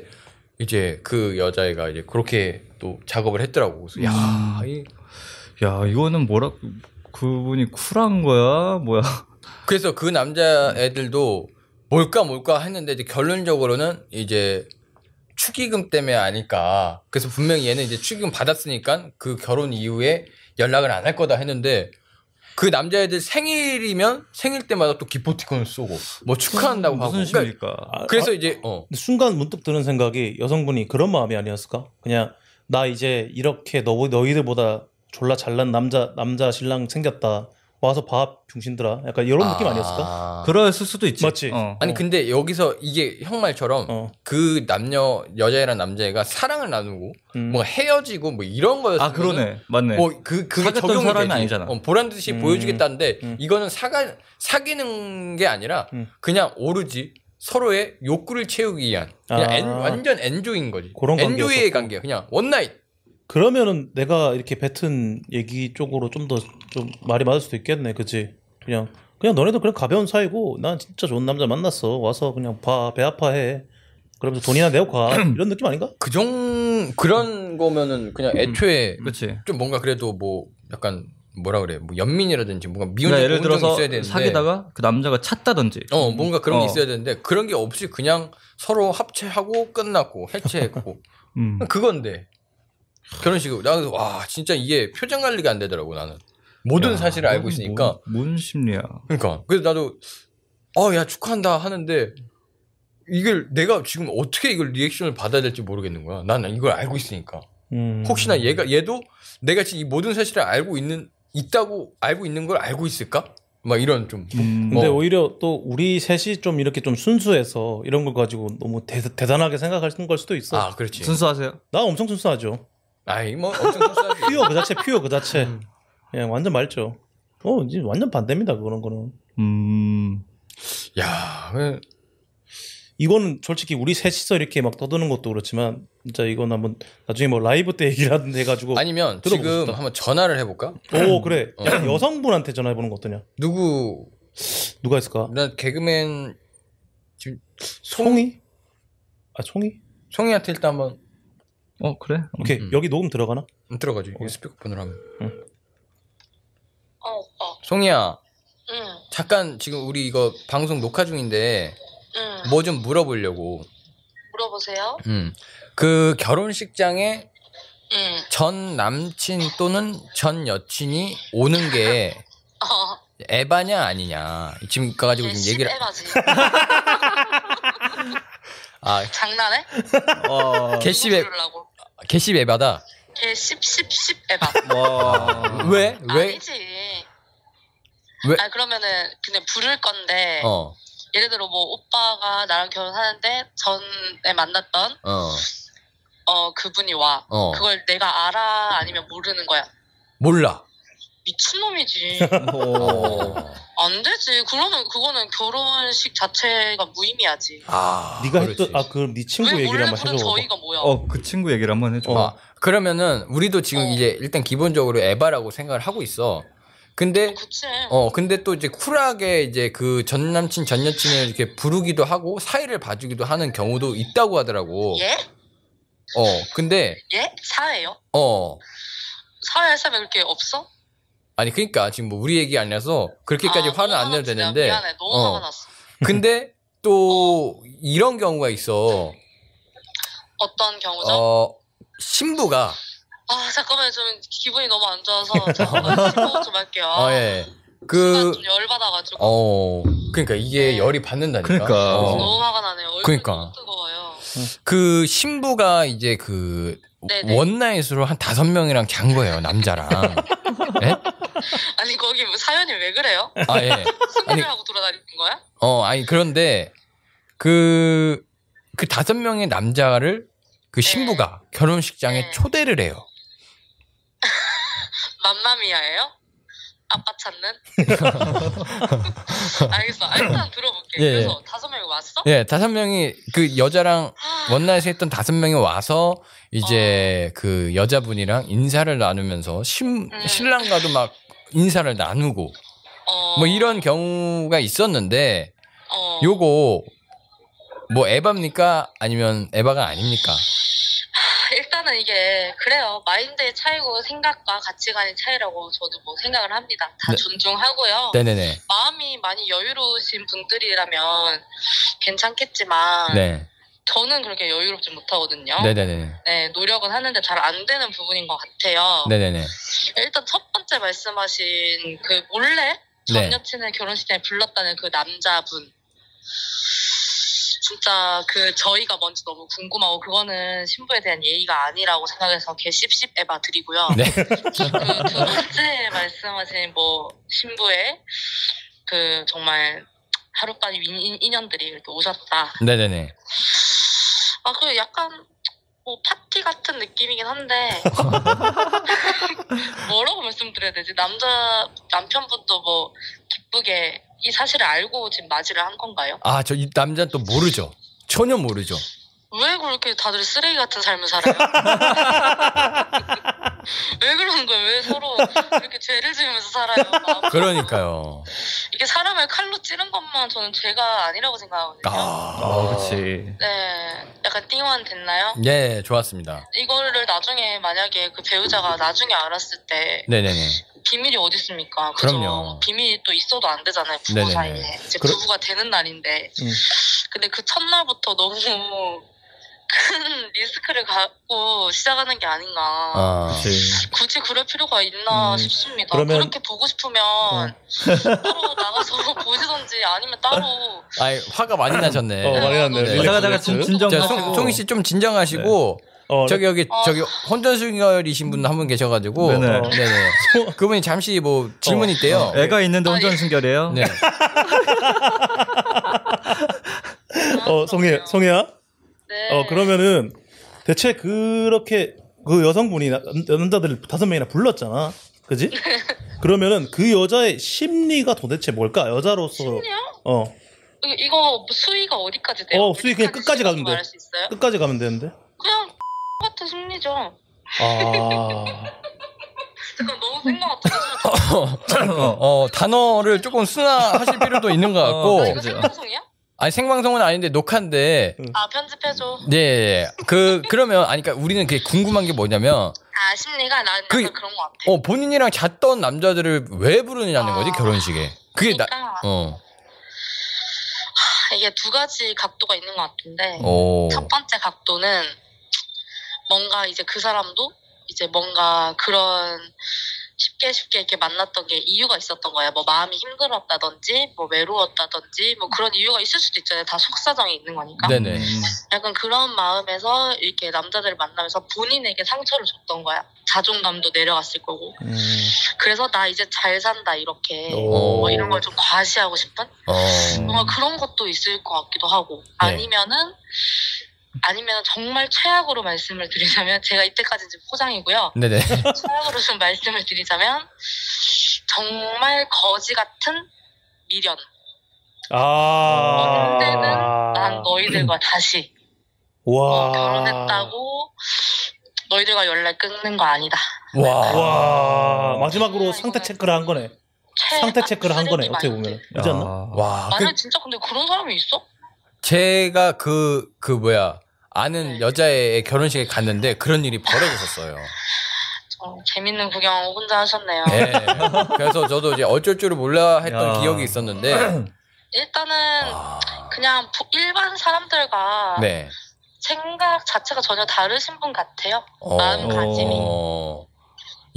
Speaker 2: 이제 그 여자애가 이제 그렇게 또 작업을 했더라고. 그래서 야,
Speaker 1: 음.
Speaker 2: 이-
Speaker 3: 야 이거는 뭐라 그분이 쿨한 거야 뭐야?
Speaker 2: 그래서 그 남자 애들도 뭘까 뭘까 했는데 이제 결론적으로는 이제 축의금 때문에 아닐까. 그래서 분명히 얘는 이제 축의금 받았으니까 그 결혼 이후에 연락을 안 할 거다 했는데 그 남자애들 생일이면 생일 때마다 또 기프티콘을 쏘고 뭐 축하한다고 하고.
Speaker 3: 무슨
Speaker 2: 그러니까
Speaker 3: 심일까?
Speaker 1: 아,
Speaker 2: 그래서 이제 어.
Speaker 1: 근데 순간 문득 드는 생각이 여성분이 그런 마음이 아니었을까? 그냥 나 이제 이렇게 너 너희들보다 졸라 잘난 남자 남자 신랑 생겼다 와서 봐 병신들아 약간 이런 느낌 아니었을까?
Speaker 2: 아.
Speaker 3: 그랬을 수도 있지.
Speaker 1: 맞지?
Speaker 3: 어.
Speaker 2: 아니 근데 여기서 이게 형 말처럼
Speaker 1: 어.
Speaker 2: 그 남녀 여자애랑 남자애가 사랑을 나누고
Speaker 1: 음.
Speaker 2: 뭔가 헤어지고 뭐 이런 거였어.
Speaker 3: 아 그러네
Speaker 2: 그러니까
Speaker 3: 맞네.
Speaker 2: 뭐그 그게
Speaker 3: 사귀었던
Speaker 2: 적용이
Speaker 3: 사람이
Speaker 2: 되지.
Speaker 3: 아니잖아.
Speaker 2: 어, 보란 듯이
Speaker 1: 음.
Speaker 2: 보여주겠다는데
Speaker 1: 음.
Speaker 2: 이거는 사가 사귀는 게 아니라
Speaker 1: 음.
Speaker 2: 그냥 오로지 서로의 욕구를 채우기 위한 그냥
Speaker 1: 아.
Speaker 2: 엔- 완전 엔조인 거지.
Speaker 1: 그런
Speaker 2: 엔조이의
Speaker 1: 관계였었고.
Speaker 2: 관계 그냥 원나잇.
Speaker 1: 그러면은 내가 이렇게 뱉은 얘기 쪽으로 좀 더 좀 말이 맞을 수도 있겠네, 그치 그냥 그냥 너네도 그냥 가벼운 사이고 난 진짜 좋은 남자 만났어 와서 그냥 봐 배 아파해 그러면서 돈이나 내고
Speaker 2: [clears throat]
Speaker 1: 가 이런 느낌 아닌가?
Speaker 2: 그정 그런 거면은
Speaker 3: 음.
Speaker 2: 그냥 애초에
Speaker 3: 그렇지.
Speaker 2: 좀 뭔가 그래도 뭐 약간 뭐라 그래 뭐 연민이라든지 뭔가 미운
Speaker 3: 그러니까
Speaker 2: 점
Speaker 3: 예를
Speaker 2: 좋은 점이
Speaker 3: 들어서
Speaker 2: 있어야 되는데
Speaker 3: 사귀다가 그 남자가 찼다든지.
Speaker 2: 어 뭔가 그런 게
Speaker 3: 어.
Speaker 2: 있어야 되는데 그런 게 없이 그냥 서로 합체하고 끝났고 해체했고
Speaker 3: 음.
Speaker 2: 그건데 결혼식으로 나 그래서 와 진짜 이게 표정 관리가 안 되더라고 나는 모든
Speaker 3: 야,
Speaker 2: 사실을 알고
Speaker 3: 이건
Speaker 2: 있으니까
Speaker 3: 뭔, 뭔 심리야?
Speaker 2: 그러니까 그래서 나도 어 야 축하한다 하는데 이걸 내가 지금 어떻게 이걸 리액션을 받아야 될지 모르겠는 거야 난 이걸 알고 있으니까
Speaker 1: 음.
Speaker 2: 혹시나 얘가 얘도 내가 지금 이 모든 사실을 알고 있는 있다고 알고 있는 걸 알고 있을까? 막 이런 좀
Speaker 3: 음.
Speaker 1: 근데
Speaker 2: 뭐.
Speaker 1: 오히려 또 우리 셋이 좀 이렇게 좀 순수해서 이런 걸 가지고 너무 대, 단하게 생각하는 걸 수도 있어.
Speaker 2: 아, 그렇지.
Speaker 3: 순수하세요?
Speaker 1: 나 엄청 순수하죠.
Speaker 2: 아이 뭐 엄청
Speaker 1: [laughs]
Speaker 2: 순수하지.
Speaker 1: 퓨어 그 자체, 퓨어 그 자체.
Speaker 2: 음.
Speaker 1: 그냥 완전 맑죠. 어, 이제 완전 반대입니다. 그런 거는.
Speaker 3: 음.
Speaker 2: 야, 그-
Speaker 1: 이거는 솔직히 우리 셋이서 이렇게 막 떠드는 것도 그렇지만 진짜 이건 한번 나중에 뭐 라이브 때 얘기라든지 해가지고
Speaker 2: 아니면
Speaker 1: 들어보고
Speaker 2: 지금
Speaker 1: 싶다.
Speaker 2: 한번 전화를 해볼까?
Speaker 1: 오 그래
Speaker 2: 어.
Speaker 1: 약간 여성분한테 전화해보는 거 어떠냐?
Speaker 2: 누구?
Speaker 1: 누가 있을까?
Speaker 2: 난 개그맨 지금
Speaker 1: 송이? 아 송이?
Speaker 2: 송이한테 일단 한번
Speaker 3: 어 그래. 어.
Speaker 1: 오케이
Speaker 2: 음.
Speaker 1: 여기 녹음 들어가나?
Speaker 2: 들어가지. 이거 스피커폰으로 하면.
Speaker 4: 어, 오빠.
Speaker 2: 송이야,
Speaker 4: 응,
Speaker 2: 잠깐 지금 우리 이거 방송 녹화 중인데
Speaker 4: 응.
Speaker 2: 뭐 좀 물어보려고.
Speaker 4: 물어보세요.
Speaker 2: 음. 그 결혼식장에
Speaker 4: 응.
Speaker 2: 전 남친 또는 전 여친이 오는 게
Speaker 4: 어,
Speaker 2: 에바냐 아니냐 지금 가가지고 지금 얘기를
Speaker 4: 해가지.
Speaker 2: [laughs] 아
Speaker 4: 장난해?
Speaker 3: [laughs] 아,
Speaker 2: 개씹에
Speaker 4: 고
Speaker 2: 개씹 에바다
Speaker 4: 걔 씹, 씹, 씹 에바.
Speaker 3: 와.
Speaker 2: 왜 왜
Speaker 4: 아니지.
Speaker 2: 왜?
Speaker 4: 아, 그러면은 그냥 부를 건데
Speaker 2: 어
Speaker 4: 예를 들어 뭐 오빠가 나랑 결혼하는데 전에 만났던
Speaker 2: 어,
Speaker 4: 어 그분이 와.
Speaker 2: 어.
Speaker 4: 그걸 내가 알아 아니면 모르는 거야.
Speaker 2: 몰라.
Speaker 1: [laughs]
Speaker 4: 미친놈이지.
Speaker 2: 어.
Speaker 4: 안 되지. 그러면 그거는 결혼식 자체가 무의미하지.
Speaker 2: 아,
Speaker 1: 네가
Speaker 2: 그렇지.
Speaker 1: 했던 아 그럼 네 친구
Speaker 4: 왜
Speaker 1: 얘기를
Speaker 4: 몰래
Speaker 1: 한번
Speaker 4: 부른
Speaker 1: 해줘.
Speaker 4: 저희가 뭐야?
Speaker 3: 어, 그 친구 얘기를 한번 해줘.
Speaker 1: 어.
Speaker 2: 아, 그러면은 우리도 지금
Speaker 4: 어.
Speaker 2: 이제 일단 기본적으로 에바라고 생각을 하고 있어. 근데
Speaker 4: 그치.
Speaker 2: 어 근데 또 이제 쿨하게 이제 그 전 남친 전 여친을 이렇게 부르기도 하고 사이를 봐주기도 하는 경우도 있다고 하더라고.
Speaker 4: 예?
Speaker 2: 어 근데
Speaker 4: 예? 사예요?
Speaker 2: 어
Speaker 4: 사회할 사람이 그렇게 없어?
Speaker 2: 아니 그러니까 지금 뭐 우리 얘기 아니라서 그렇게까지
Speaker 4: 아,
Speaker 2: 화는
Speaker 4: 너무
Speaker 2: 안 내도
Speaker 4: 화났어. 내가
Speaker 2: 되는데.
Speaker 4: 미안해. 어. 너무
Speaker 2: 어.
Speaker 4: 화가 났어.
Speaker 2: 근데 또 이런 경우가 있어.
Speaker 4: 어떤 경우죠?
Speaker 2: 어 신부가
Speaker 4: 아 잠깐만 좀 기분이 너무 안 좋아서
Speaker 2: [laughs]
Speaker 4: 잠깐만 신고 좀 할게요.
Speaker 2: 어 예.
Speaker 4: 순간
Speaker 2: 그
Speaker 4: 좀 열받아가지고 네.
Speaker 2: 어, 그러니까 이게 열이 받는다니까.
Speaker 3: 그러니까.
Speaker 2: 어.
Speaker 4: 너무 화가 나네요. 얼굴이
Speaker 2: 그러니까.
Speaker 4: 너무 뜨거워요.
Speaker 2: 그 신부가 이제 그
Speaker 4: 네네.
Speaker 2: 원나잇으로 한 다섯 명이랑 잔 거예요
Speaker 4: [laughs]
Speaker 2: 남자랑. 예?
Speaker 4: 아니 거기 뭐 사연이 왜 그래요?
Speaker 2: 아 예.
Speaker 4: 무슨
Speaker 2: 아니.
Speaker 4: 일을 하고 돌아다니는 거야?
Speaker 2: 어 아니 그런데 그그 다섯 명의 남자를 그 신부가 결혼식장에
Speaker 4: 네.
Speaker 2: 초대를 해요.
Speaker 4: 맘마미아예요? 아빠
Speaker 2: [laughs]
Speaker 4: 찾는? 알겠어. 아, 일단 들어볼게.
Speaker 2: 예,
Speaker 4: 그래서 다섯 명이 왔어?
Speaker 2: 예, 다섯 명이 그 여자랑
Speaker 4: 아,
Speaker 2: 원나잇에 했던 다섯 명이 와서 이제 그 여자분이랑 인사를 나누면서 신,
Speaker 4: 어. 음.
Speaker 2: 신랑과도 막 인사를 나누고
Speaker 4: 어,
Speaker 2: 뭐 이런 경우가 있었는데
Speaker 4: 어.
Speaker 2: 요거 뭐 에바입니까? 아니면 에바가 아닙니까?
Speaker 4: 아, 일단은 이게 그래요. 마인드의 차이고 생각과 가치관의 차이라고 저도 뭐 생각을 합니다. 다
Speaker 2: 네.
Speaker 4: 존중하고요.
Speaker 2: 네네네.
Speaker 4: 마음이 많이 여유로우신 분들이라면 괜찮겠지만
Speaker 2: 네.
Speaker 4: 저는 그렇게 여유롭지 못하거든요. 네.
Speaker 2: 네네네.
Speaker 4: 노력은 하는데 잘 안 되는 부분인 것 같아요.
Speaker 2: 네네네.
Speaker 4: 일단 첫 번째 말씀하신 그 몰래 전
Speaker 2: 네.
Speaker 4: 여친을 결혼식장에 불렀다는 그 남자분. 진짜 그 저희가 먼저 너무 궁금하고 그거는 신부에 대한 예의가 아니라고 생각해서 개 씹씹 에바 드리고요.
Speaker 2: 네.
Speaker 4: 그 두 번째 말씀하신 뭐 신부의 그 정말 하룻밤이 인- 인연들이 이렇게 오셨다.
Speaker 2: 네네네.
Speaker 4: 아 그 약간 뭐 파티 같은 느낌이긴 한데 뭐라고 말씀드려야 되지? 남자 남편분도 뭐 기쁘게 이 사실을 알고 지금 맞이를 한 건가요?
Speaker 2: 아, 저 이 남자는 또 모르죠. 전혀 모르죠.
Speaker 4: 왜 그렇게 다들 쓰레기 같은 삶을 살아요? 왜 그러는 거예요? 왜 서로 이렇게 죄를 지으면서 살아요? 막
Speaker 2: 그러니까요.
Speaker 4: 이게 사람을 칼로 찌른 것만 저는 죄가 아니라고 생각하거든요.
Speaker 2: 아,
Speaker 3: 아, 그치.
Speaker 4: 네, 약간 띵원 됐나요?
Speaker 2: 예, 좋았습니다.
Speaker 4: 이거를 나중에 만약에 그 배우자가 나중에 알았을 때
Speaker 2: 네네네.
Speaker 4: 비밀이 어디 있습니까? 그죠?
Speaker 2: 그럼요.
Speaker 4: 비밀이 또 있어도 안 되잖아요. 부부
Speaker 2: 네네네.
Speaker 4: 사이에 이제
Speaker 1: 그러-
Speaker 4: 부부가 되는 날인데.
Speaker 1: 음.
Speaker 4: 근데 그 첫날부터 너무 [laughs] 큰 리스크를 갖고 시작하는 게 아닌가.
Speaker 2: 아,
Speaker 3: 그치.
Speaker 4: 굳이 그럴 필요가 있나
Speaker 1: 음,
Speaker 4: 싶습니다. 그
Speaker 1: 그러면- 어.
Speaker 4: 렇게 보고 싶으면
Speaker 1: [laughs]
Speaker 4: 따로 나가서 [laughs] 보시던지 아니면 따로
Speaker 2: 아이, 화가 많이 나셨네.
Speaker 1: 어, 많이 났네.
Speaker 4: 네.
Speaker 1: 릴렉스
Speaker 3: 자가자가
Speaker 1: 릴렉스.
Speaker 3: 진-
Speaker 2: 자,
Speaker 3: 진정하시고.
Speaker 2: 송, 송희 씨 좀 진정하시고
Speaker 1: 어,
Speaker 2: 저기 여기
Speaker 4: 어.
Speaker 2: 저기 혼전 순결이신 분 한 분 계셔가지고
Speaker 3: 네네.
Speaker 2: 네네. 그분이 잠시 뭐 질문 이 있대요.
Speaker 3: 애가 있는데
Speaker 4: 아,
Speaker 3: 혼전 순결이에요?
Speaker 2: 네.
Speaker 1: 어, 송혜, 송혜야?
Speaker 4: 네.
Speaker 1: 어, 그러면은 대체 그렇게 그 여성분이 나- 남자들을 다섯 명이나 불렀잖아.
Speaker 4: [laughs]
Speaker 1: 그지? 그러면은 그 여자의 심리가 도대체 뭘까? 여자로서.
Speaker 4: 심리요?
Speaker 1: 어,
Speaker 4: 이거- 이거 수위가 어디까지 돼요?
Speaker 1: 어, 수위 그냥
Speaker 4: 어디까지
Speaker 1: 끝까지 가면 돼.
Speaker 4: 말할 수 있어요?
Speaker 1: 끝까지 가면 되는데.
Speaker 4: 그냥 [laughs] 같은 심리죠. [laughs]
Speaker 1: 아.
Speaker 4: 잠깐 너무 생각 같아서
Speaker 3: 어.
Speaker 2: 어 단어를 조금 순화하실 필요도 있는 것 같고.
Speaker 3: 어,
Speaker 4: 이거
Speaker 3: 그죠.
Speaker 4: 생방송이야?
Speaker 2: 아니 생방송은 아닌데 녹화인데.
Speaker 4: 아 편집해줘.
Speaker 2: 네. 예, 예. 그 그러면 아니 그러니까 우리는 그게 궁금한 게 뭐냐면
Speaker 4: 아 심리가 난
Speaker 2: 그게-
Speaker 4: 약간 그런 것 같아.
Speaker 2: 어 본인이랑 잤던 남자들을 왜 부르느냐는 거지
Speaker 4: 아.
Speaker 2: 결혼식에. 그게 나.
Speaker 4: 그러니까
Speaker 2: 어.
Speaker 4: 이게 두 가지 각도가 있는 것 같은데
Speaker 2: 오.
Speaker 4: 첫 번째 각도는 뭔가 이제 그 사람도 이제 뭔가 그런 쉽게 쉽게 이렇게 만났던 게 이유가 있었던 거야. 뭐 마음이 힘들었다든지, 뭐 외로웠다든지, 뭐 그런 이유가 있을 수도 있잖아요. 다 속사정이 있는 거니까.
Speaker 3: 음.
Speaker 2: 네네.
Speaker 4: 약간 그런 마음에서 이렇게 남자들을 만나면서 본인에게 상처를 줬던 거야. 자존감도 내려갔을 거고.
Speaker 1: 음.
Speaker 4: 그래서 나 이제 잘 산다 이렇게
Speaker 1: 오.
Speaker 4: 뭐 이런 걸 좀 과시하고 싶은
Speaker 2: 어.
Speaker 1: 음.
Speaker 4: 뭔가 그런 것도 있을 것 같기도 하고
Speaker 1: 네.
Speaker 4: 아니면은 아니면 정말 최악으로 말씀을 드리자면 [laughs] 제가 이때까지 지금 포장이고요.
Speaker 2: 네네. [laughs]
Speaker 4: 최악으로 좀 말씀을 드리자면 정말 거지 같은 미련.
Speaker 1: 아.
Speaker 4: 언제는 난
Speaker 1: [clears throat]
Speaker 4: 너희들과 다시
Speaker 1: 와.
Speaker 4: 어, 결혼했다고 너희들과 연락 끊는 거 아니다.
Speaker 2: 와.
Speaker 1: 와. 마지막으로
Speaker 4: 아,
Speaker 1: 상태 체크를 한 거네.
Speaker 4: 최-
Speaker 1: 상태 체크를 한 거네.
Speaker 4: 쓰레기
Speaker 1: 어떻게 아,
Speaker 4: 많은데.
Speaker 1: 보면. 그렇지 않나?
Speaker 3: 아.
Speaker 2: 와. 그-
Speaker 4: 만약에 진짜 근데 그런 사람이 있어?
Speaker 2: 제가 그, 그 뭐야. 아는
Speaker 4: 네.
Speaker 2: 여자의 결혼식에 갔는데 그런 일이 벌어졌었어요.
Speaker 4: 어, 재밌는 구경 혼자 하셨네요.
Speaker 2: 예. 그래서 저도 이제 어쩔 줄을 몰라 했던
Speaker 3: 야.
Speaker 2: 기억이 있었는데.
Speaker 4: 일단은
Speaker 2: 아.
Speaker 4: 그냥 부- 일반 사람들과
Speaker 2: 네.
Speaker 4: 생각 자체가 전혀 다르신 분 같아요.
Speaker 2: 어.
Speaker 4: 마음가짐이.
Speaker 2: 어.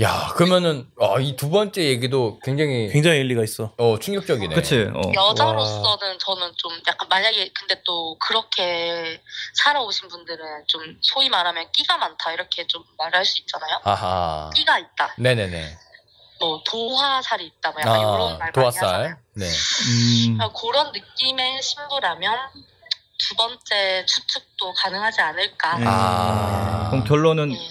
Speaker 2: 야, 그러면은 아, 이 두 번째 얘기도 굉장히
Speaker 1: 굉장히 일리가 있어.
Speaker 2: 어, 충격적이네.
Speaker 3: 그치. 어.
Speaker 4: 여자로서는 저는 좀 약간 만약에 근데 또 그렇게 살아오신 분들은 좀 소위 말하면 끼가 많다 이렇게 좀 말할 수 있잖아요.
Speaker 2: 아하.
Speaker 4: 끼가 있다,
Speaker 2: 네네네.
Speaker 4: 뭐 도화살이 있다, 뭐 약간 이런
Speaker 2: 아,
Speaker 4: 말 많이 하잖아요.
Speaker 2: 도화살. 네.
Speaker 3: 음.
Speaker 4: 그러니까 그런 느낌의 신부라면 두 번째 추측도 가능하지 않을까.
Speaker 1: 음.
Speaker 2: 아.
Speaker 3: 그럼 결론은
Speaker 4: 음.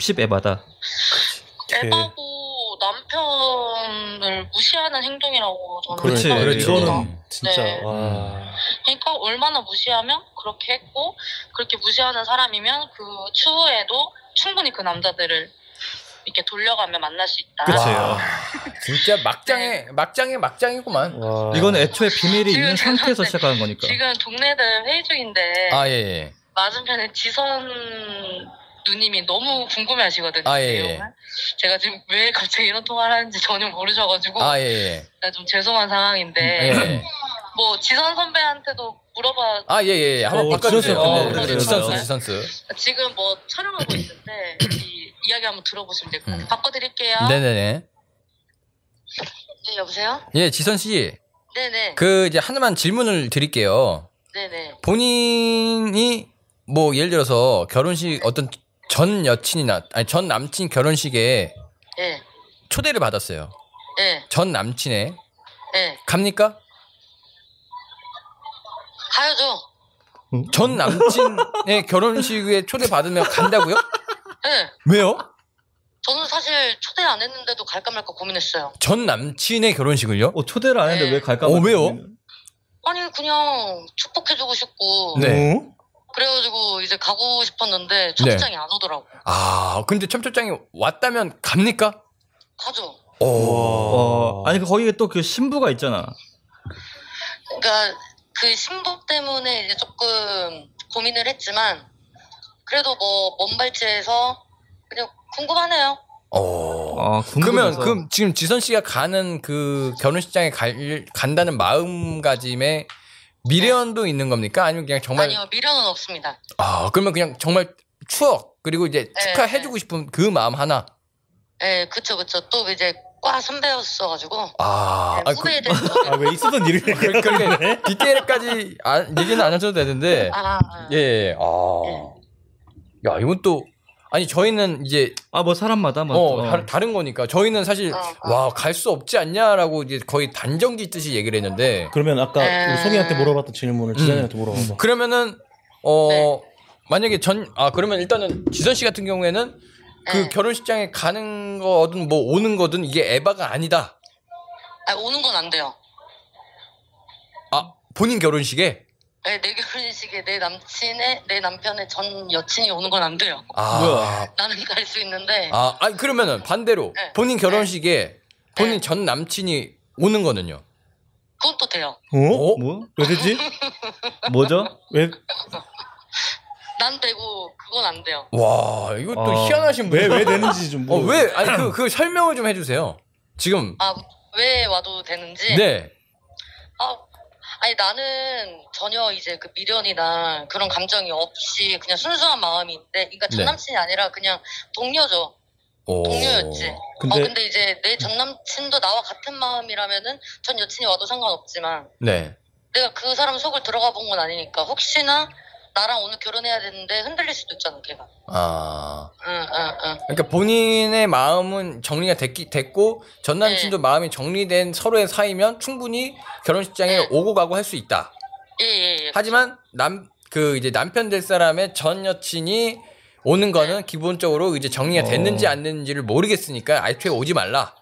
Speaker 3: 10 에바다. 그
Speaker 4: 애바고 남편을 무시하는 행동이라고 저는
Speaker 3: 그렇지.
Speaker 4: 생각을
Speaker 3: 그렇지.
Speaker 4: 해요.
Speaker 1: 이거는 진짜
Speaker 4: 네.
Speaker 2: 음.
Speaker 1: 와.
Speaker 4: 그러니까 얼마나 무시하면 그렇게 했고 그렇게 무시하는 사람이면 그 추후에도 충분히 그 남자들을 이렇게 돌려가며 만날 수 있다.
Speaker 3: 그치.
Speaker 2: 와, 진짜 막장에 막장에 막장이구만.
Speaker 1: 와.
Speaker 3: 이건 애초에 비밀이
Speaker 4: 지금
Speaker 3: 있는 상태에서
Speaker 4: 죄송한데
Speaker 3: 시작하는 거니까.
Speaker 4: 지금 동네들 회의 중인데
Speaker 2: 아 예. 예.
Speaker 4: 맞은편에 지선 누님이 너무 궁금해하시거든요.
Speaker 2: 아, 예, 예.
Speaker 4: 내용을. 제가 지금 왜 갑자기 이런 통화를 하는지 전혀 모르셔가지고
Speaker 2: 아 예. 예.
Speaker 4: 제가 좀 죄송한
Speaker 2: 아,
Speaker 4: 상황인데
Speaker 2: 예.
Speaker 4: 뭐 지선 선배한테도 물어봐
Speaker 2: 아 예. 예. 한번
Speaker 1: 어,
Speaker 2: 바꿔주세요.
Speaker 1: 지선스.
Speaker 2: 네, 네,
Speaker 4: 어,
Speaker 2: 네.
Speaker 4: 그래요.
Speaker 2: 지선스
Speaker 4: 그래요.
Speaker 2: 지선스.
Speaker 4: 지금 뭐 촬영하고 있는데 이 이야기 한번 들어보시면 될 것 같아요.
Speaker 2: 음.
Speaker 4: 바꿔드릴게요.
Speaker 2: 네네네.
Speaker 4: 네, 여보세요?
Speaker 2: 예 지선 씨.
Speaker 4: 네네.
Speaker 2: 그 이제 하나만 질문을 드릴게요.
Speaker 4: 네네.
Speaker 2: 본인이 뭐 예를 들어서 결혼식 어떤 전 여친이나 아니 전 남친 결혼식에
Speaker 4: 예.
Speaker 2: 초대를 받았어요.
Speaker 4: 예.
Speaker 2: 전 남친의
Speaker 4: 예.
Speaker 2: 갑니까?
Speaker 4: 가야죠.
Speaker 2: 전 남친의 [laughs] 결혼식에 초대 받으면 간다고요?
Speaker 4: 예.
Speaker 2: 왜요?
Speaker 4: 저는 사실 초대 안 했는데도 갈까 말까 고민했어요.
Speaker 2: 전 남친의 결혼식을요?
Speaker 3: 어, 초대를 안
Speaker 4: 네.
Speaker 3: 했는데 왜 갈까?
Speaker 2: 어,
Speaker 3: 봐.
Speaker 2: 왜요?
Speaker 4: 아니 그냥 축복해주고 싶고
Speaker 2: 네.
Speaker 1: 네.
Speaker 4: 그래가지고 이제 가고 싶었는데 청장이
Speaker 2: 네.
Speaker 4: 안 오더라고.
Speaker 2: 아, 근데 첨첩장이 왔다면 갑니까?
Speaker 4: 가죠.
Speaker 3: 어,
Speaker 1: 와.
Speaker 3: 아니, 그 거기에 또 그 신부가 있잖아.
Speaker 4: 그러니까 그 신부 때문에 이제 조금 고민을 했지만 그래도 뭐 먼발치에서 그냥 궁금하네요.
Speaker 2: 어.
Speaker 3: 아,
Speaker 2: 그러면
Speaker 3: 궁금해서.
Speaker 2: 그럼 지금 지선 씨가 가는 그 결혼식장에 갈, 간다는 마음가짐에 미련도 있는 겁니까? 아니면 그냥 정말
Speaker 4: 아니요 미련은 없습니다.
Speaker 2: 아, 그러면 그냥 정말 추억 그리고 이제
Speaker 4: 네,
Speaker 2: 축하해 주고 싶은 그 마음 하나.
Speaker 4: 예, 그쵸 그쵸. 또 이제 과 선배였어가지고
Speaker 2: 아,
Speaker 4: 예,
Speaker 2: 아, 그,
Speaker 4: 후배들
Speaker 1: 아, 왜 있었던 일을 얘기하는
Speaker 2: [laughs] 그러니까
Speaker 1: 거네?
Speaker 2: 디테일까지 안- 얘기는 안 하셔도 되는데
Speaker 4: 아, 네. 아.
Speaker 2: 예, 예. 아. 야, 이건 또 아니 저희는 이제
Speaker 3: 아, 뭐 사람마다 뭐.
Speaker 2: 어,
Speaker 3: 어.
Speaker 2: 다, 른 거니까 저희는 사실
Speaker 4: 어, 어.
Speaker 2: 와 갈 수 없지 않냐라고 이제 거의 단정기 있듯이 얘기를 했는데
Speaker 1: 그러면 아까
Speaker 4: 음.
Speaker 1: 우리 송이한테 물어봤던 질문을 지선이한테 물어봐봐.
Speaker 2: 그러면은 어
Speaker 4: 네.
Speaker 2: 만약에 전 아 그러면 일단은 지선 씨 같은 경우에는 그
Speaker 4: 네.
Speaker 2: 결혼식장에 가는 거든 뭐 오는 거든 이게 에바가 아니다
Speaker 4: 아, 오는 건 안 돼요.
Speaker 2: 아 본인 결혼식에
Speaker 4: 네, 내 결혼식에 내 남친의 내 남편의 전 여친이 오는 건 안 돼요.
Speaker 2: 아,
Speaker 3: 뭐야.
Speaker 4: 나는 갈 수 있는데
Speaker 2: 아 아니 그러면은 반대로
Speaker 4: 네.
Speaker 2: 본인 결혼식에 본인
Speaker 4: 네.
Speaker 2: 전 남친이 오는 거는요
Speaker 4: 그건 또 돼요.
Speaker 1: 어?
Speaker 2: 어?
Speaker 3: 뭐?
Speaker 1: 왜 되지?
Speaker 3: 뭐죠?
Speaker 1: 왜,
Speaker 4: 난 되고 그건 안 돼요.
Speaker 2: 와 이거 또
Speaker 3: 어.
Speaker 2: 희한하신
Speaker 1: 왜,
Speaker 2: 분왜
Speaker 1: 왜 되는지 좀 물어.
Speaker 2: 어, 왜? 아니, 그, 그 설명을 좀 해주세요. 지금.
Speaker 4: 아 왜 와도 되는지.
Speaker 2: 네.
Speaker 4: 아, 아니 나는 전혀 이제 그 미련이나 그런 감정이 없이 그냥 순수한 마음인데, 그러니까 전
Speaker 2: 네.
Speaker 4: 남친이 아니라 그냥 동료죠.
Speaker 2: 오.
Speaker 4: 동료였지.
Speaker 1: 근데,
Speaker 4: 어 근데 이제 내 전 남친도 나와 같은 마음이라면은 전 여친이 와도 상관없지만
Speaker 2: 네.
Speaker 4: 내가 그 사람 속을 들어가 본 건 아니니까 혹시나 나랑 오늘 결혼해야 되는데 흔들릴 수도 있잖아 걔가.
Speaker 2: 아.
Speaker 4: 응응응.
Speaker 2: 그러니까 본인의 마음은 정리가 됐기, 됐고 전
Speaker 4: 네.
Speaker 2: 남친도 마음이 정리된 서로의 사이면 충분히 결혼식장에
Speaker 4: 네.
Speaker 2: 오고 가고 할 수 있다.
Speaker 4: 예예 예.
Speaker 2: 하지만 남 그 이제 남편 될 사람의 전 여친이 오는 거는 기본적으로 이제 정리가 됐는지
Speaker 3: 어.
Speaker 2: 안 됐는지를 모르겠으니까 애초에 오지 말라.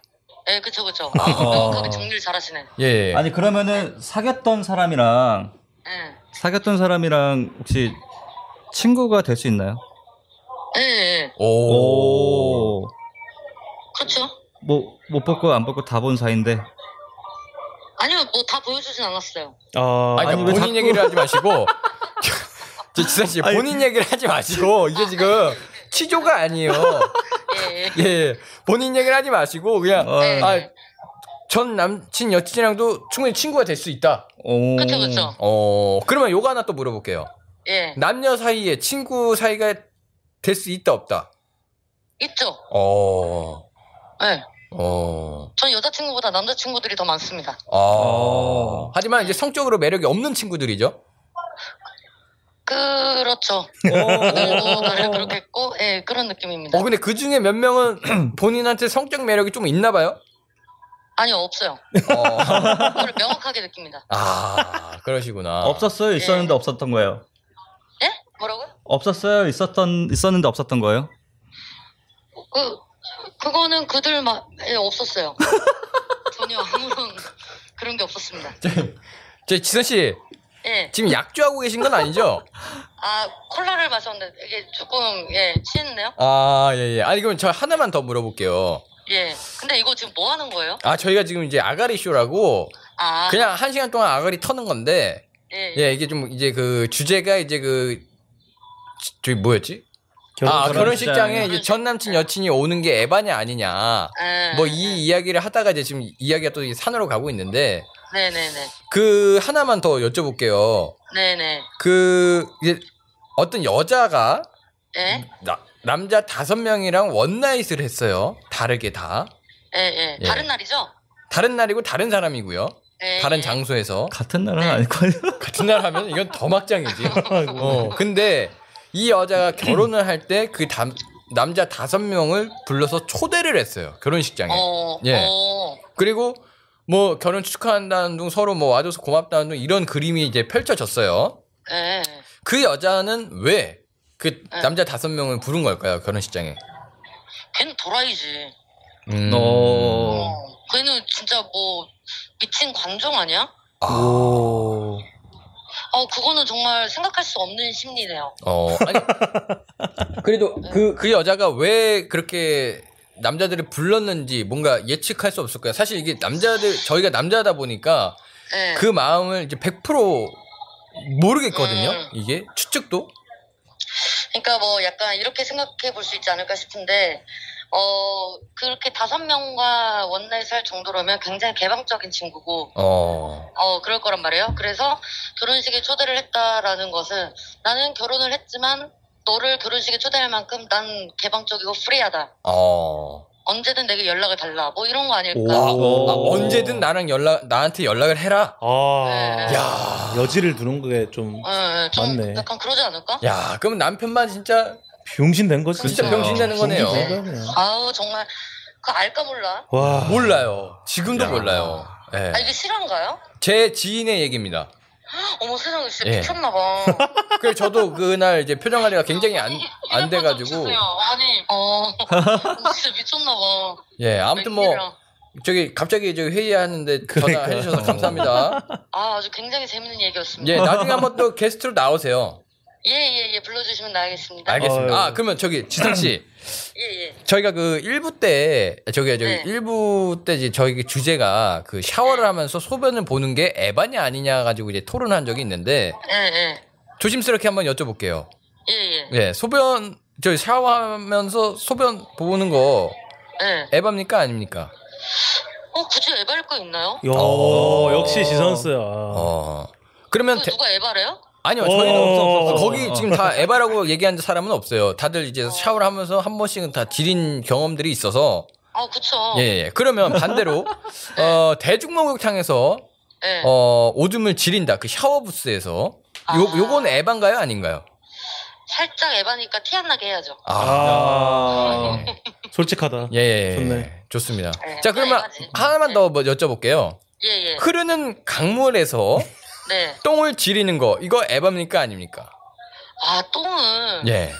Speaker 4: 예 그쵸
Speaker 2: 어.
Speaker 4: 그쵸.
Speaker 1: 아.
Speaker 4: 그게 정리를 잘하시네.
Speaker 2: 예.
Speaker 3: 아니 그러면은 사귀었던 사람이랑
Speaker 4: 응.
Speaker 3: 사귀었던 사람이랑 혹시 친구가 될 수 있나요?
Speaker 4: 예예.
Speaker 2: 오.
Speaker 4: 그렇죠.
Speaker 3: 뭐못 벗고 안 벗고 다 본 사이인데
Speaker 4: 아니요 뭐 다 보여주진 않았어요.
Speaker 1: 아,
Speaker 2: 아니,
Speaker 3: 아니,
Speaker 2: 그러니까
Speaker 3: 왜
Speaker 2: 본인
Speaker 3: 자꾸-
Speaker 2: 얘기를 하지
Speaker 3: [laughs]
Speaker 2: 마시고. [laughs] 저 지사 씨
Speaker 3: 아니,
Speaker 2: 본인 얘기를 하지 마시고 이게 지금 치조가 아니에요.
Speaker 4: 예예.
Speaker 2: 예, 예. 본인 얘기를 하지 마시고 그냥
Speaker 3: 어.
Speaker 4: 예.
Speaker 2: 아, 전 남친 여친이랑도 충분히 친구가 될 수 있다.
Speaker 3: 오.
Speaker 4: 그쵸 그쵸.
Speaker 2: 어, 그러면 요거 하나 또 물어볼게요.
Speaker 4: 예.
Speaker 2: 남녀 사이에 친구 사이가 될 수 있다 없다.
Speaker 4: 있죠.
Speaker 2: 어.
Speaker 4: 예.
Speaker 2: 어.
Speaker 4: 전 여자친구보다 남자친구들이 더 많습니다.
Speaker 2: 아.
Speaker 1: 어.
Speaker 2: 하지만 이제 성적으로 매력이 없는 친구들이죠.
Speaker 4: 그렇죠.
Speaker 3: 어.
Speaker 4: 오늘도 나를 그렇게 했고, 예, 그런 느낌입니다.
Speaker 2: 어, 근데 그 중에 몇 명은 [clears throat] 본인한테 성적 매력이 좀 있나 봐요?
Speaker 4: 아니요, 없어요.
Speaker 2: 어.
Speaker 4: 그걸 명확하게 느낍니다.
Speaker 2: 아, 그러시구나.
Speaker 3: 없었어요? 있었는데
Speaker 4: 예.
Speaker 3: 없었던 거예요?
Speaker 4: 예? 뭐라고요?
Speaker 3: 없었어요? 있었던 있었는데 없었던 거예요?
Speaker 4: 그, 그거는 그들만, 예, 없었어요. 전혀 아무런 그런 게 없었습니다.
Speaker 2: 저 지선 씨,
Speaker 4: 예.
Speaker 2: 지금 약주하고 계신 건 아니죠?
Speaker 4: 아, 콜라를 마셨는데, 이게 조금, 예, 취했네요?
Speaker 2: 아, 예, 예. 아니, 그럼 저 하나만 더 물어볼게요.
Speaker 4: 예. 근데 이거 지금 뭐 하는 거예요?
Speaker 2: 아, 저희가 지금 이제 아가리 쇼라고
Speaker 4: 아,
Speaker 2: 그냥 한 시간 동안 아가리 터는 건데,
Speaker 4: 예.
Speaker 2: 예, 이게 좀 이제 그 주제가 이제 그, 지- 저기 뭐였지?
Speaker 1: 결혼
Speaker 2: 아,
Speaker 1: 사람-
Speaker 2: 결혼식장에
Speaker 3: 결혼식장에
Speaker 2: 이제 전 남친 여친이 오는 게 에바냐 아니냐.
Speaker 4: 예.
Speaker 2: 뭐 이 이야기를 하다가 이제 지금 이야기가 또 이제 산으로 가고 있는데,
Speaker 4: 네네네.
Speaker 2: 그 하나만 더 여쭤볼게요.
Speaker 4: 네네.
Speaker 2: 그, 이제 어떤 여자가
Speaker 4: 예?
Speaker 2: 나- 남자 다섯 명이랑 원나잇을 했어요. 다르게 다.
Speaker 4: 예, 예.
Speaker 2: 예.
Speaker 4: 다른 날이죠?
Speaker 2: 다른 날이고 다른 사람이고요.
Speaker 4: 예.
Speaker 2: 다른
Speaker 4: 예.
Speaker 2: 장소에서.
Speaker 3: 같은
Speaker 4: 네.
Speaker 3: 날은 아닐 거예요.
Speaker 2: 같은 날 하면 이건 더 막장이지. 어, 근데 이 여자가 결혼을 할 때 그 남자 다섯 명을 불러서 초대를 했어요. 결혼식장에.
Speaker 4: 어,
Speaker 2: 예.
Speaker 4: 어.
Speaker 2: 그리고 뭐 결혼 축하한다는 둥 서로 뭐 와줘서 고맙다는 둥 이런 그림이 이제 펼쳐졌어요.
Speaker 4: 예.
Speaker 2: 그 여자는 왜 그
Speaker 4: 네.
Speaker 2: 남자 다섯 명을 부른 걸까요? 결혼식장에.
Speaker 4: 걔는 도라이지.
Speaker 2: 음.
Speaker 3: 어.
Speaker 4: 어, 걔는 진짜 뭐 미친 관종 아니야?
Speaker 2: 아.
Speaker 1: 오.
Speaker 4: 어 그거는 정말 생각할 수 없는 심리네요.
Speaker 2: 어 아니 그래도
Speaker 4: 네.
Speaker 2: 그, 그 여자가 왜 그렇게 남자들을 불렀는지 뭔가 예측할 수 없을 거야. 사실 이게 남자들 저희가 남자다 보니까
Speaker 4: 예.
Speaker 2: 그 마음을 이제 100% 모르겠거든요.
Speaker 4: 음.
Speaker 2: 이게 추측도.
Speaker 4: 그러니까 뭐 약간 이렇게 생각해 볼 수 있지 않을까 싶은데 어 그렇게 다섯 명과 원나잇 할 정도라면 굉장히 개방적인 친구고
Speaker 2: 어.
Speaker 4: 어 그럴 거란 말이에요. 그래서 결혼식에 초대를 했다라는 것은 나는 결혼을 했지만 너를 결혼식에 초대할 만큼 난 개방적이고 프리하다.
Speaker 2: 어.
Speaker 4: 언제든 내게 연락을 달라. 뭐 이런 거 아닐까?
Speaker 2: 아,
Speaker 1: [laughs] 오.
Speaker 2: 언제든 나랑 연락 나한테 연락을 해라.
Speaker 1: 아.
Speaker 4: 네.
Speaker 2: 야.
Speaker 1: 여지를 두는 게 좀
Speaker 4: 예, 예, 좀
Speaker 1: 맞네.
Speaker 4: 약간 그러지 않을까?
Speaker 2: 야, 그럼 남편만 진짜
Speaker 1: 병신 된 거지.
Speaker 2: 진짜
Speaker 4: 그렇죠.
Speaker 2: 병신 되는 거네요.
Speaker 1: 병신 된 거네요.
Speaker 4: 아우 정말 그 알까 몰라.
Speaker 1: 와.
Speaker 2: 몰라요. 지금도
Speaker 3: 야.
Speaker 2: 몰라요. 예.
Speaker 4: 아 이게 실화인가요?
Speaker 2: 제 지인의 얘기입니다.
Speaker 4: 어머 세상에 진짜
Speaker 2: 예.
Speaker 4: 미쳤나 봐.
Speaker 2: 그래서 저도 그날 이제 표정
Speaker 4: 아,
Speaker 2: 관리가
Speaker 4: 어,
Speaker 2: 굉장히 안, 안 돼가지고
Speaker 4: 아니 어 진짜 미쳤나 봐.
Speaker 2: 예 아무튼 뭐
Speaker 4: 웬일이야.
Speaker 2: 저기 갑자기 저기 회의하는데
Speaker 1: 그러니까요.
Speaker 2: 전화해 주셔서 감사합니다
Speaker 4: 아 아주 굉장히 재밌는 얘기였습니다.
Speaker 2: 예 나중에 한번 또 게스트로 나오세요
Speaker 4: 예예예 불러주시면 나가겠습니다.
Speaker 2: 알겠습니다
Speaker 1: 어휴.
Speaker 2: 아 그러면 저기 지상 씨
Speaker 4: 예예
Speaker 2: 저희가 그 1부 때 저기 저기
Speaker 4: 네.
Speaker 2: 1부 때 이제 저희 그 주제가 그 샤워를
Speaker 4: 네.
Speaker 2: 하면서 소변을 보는 게 에바냐 아니냐 가지고 이제 토론한 적이 있는데
Speaker 4: 예예
Speaker 2: 조심스럽게 한번 여쭤볼게요
Speaker 4: 예예
Speaker 2: 예 소변 저 샤워하면서 소변 보는 거
Speaker 4: 예.
Speaker 2: 에바입니까 아닙니까
Speaker 4: 어 굳이 에바일 거 있나요?
Speaker 1: 야,
Speaker 2: 어.
Speaker 1: 역시 지선스야.
Speaker 2: 어 그러면
Speaker 4: 그
Speaker 2: 대-
Speaker 4: 누가 에바래요?
Speaker 2: 아니요,
Speaker 1: 어,
Speaker 2: 저희는 없어. 없어. 거기
Speaker 3: 어.
Speaker 2: 지금 다 에바라고 얘기한 사람은 없어요. 다들 이제 샤워를 하면서 한 번씩은 다 지린 경험들이 있어서.
Speaker 4: 아 그쵸.
Speaker 2: 예, 예. 그러면 반대로, 어, 대중목욕탕에서,
Speaker 4: 예.
Speaker 2: 어, 오줌을 지린다. 그 샤워 부스에서. 요,
Speaker 4: 아.
Speaker 2: 요건 에반가요? 아닌가요?
Speaker 4: 살짝 에바니까 티 안 나게 해야죠.
Speaker 1: 아,
Speaker 2: 예.
Speaker 1: 솔직하다.
Speaker 2: 예, 예, 예.
Speaker 1: 좋네.
Speaker 2: 좋습니다.
Speaker 4: 네,
Speaker 2: 자, 그러면
Speaker 4: 네,
Speaker 2: 하나만 더 뭐 여쭤볼게요.
Speaker 4: 예예.
Speaker 2: 흐르는
Speaker 4: [laughs]
Speaker 2: 강물에서
Speaker 4: 네.
Speaker 2: 똥을 지리는 거, 이거 에바입니까? 아닙니까?
Speaker 4: 아 똥은
Speaker 2: 예.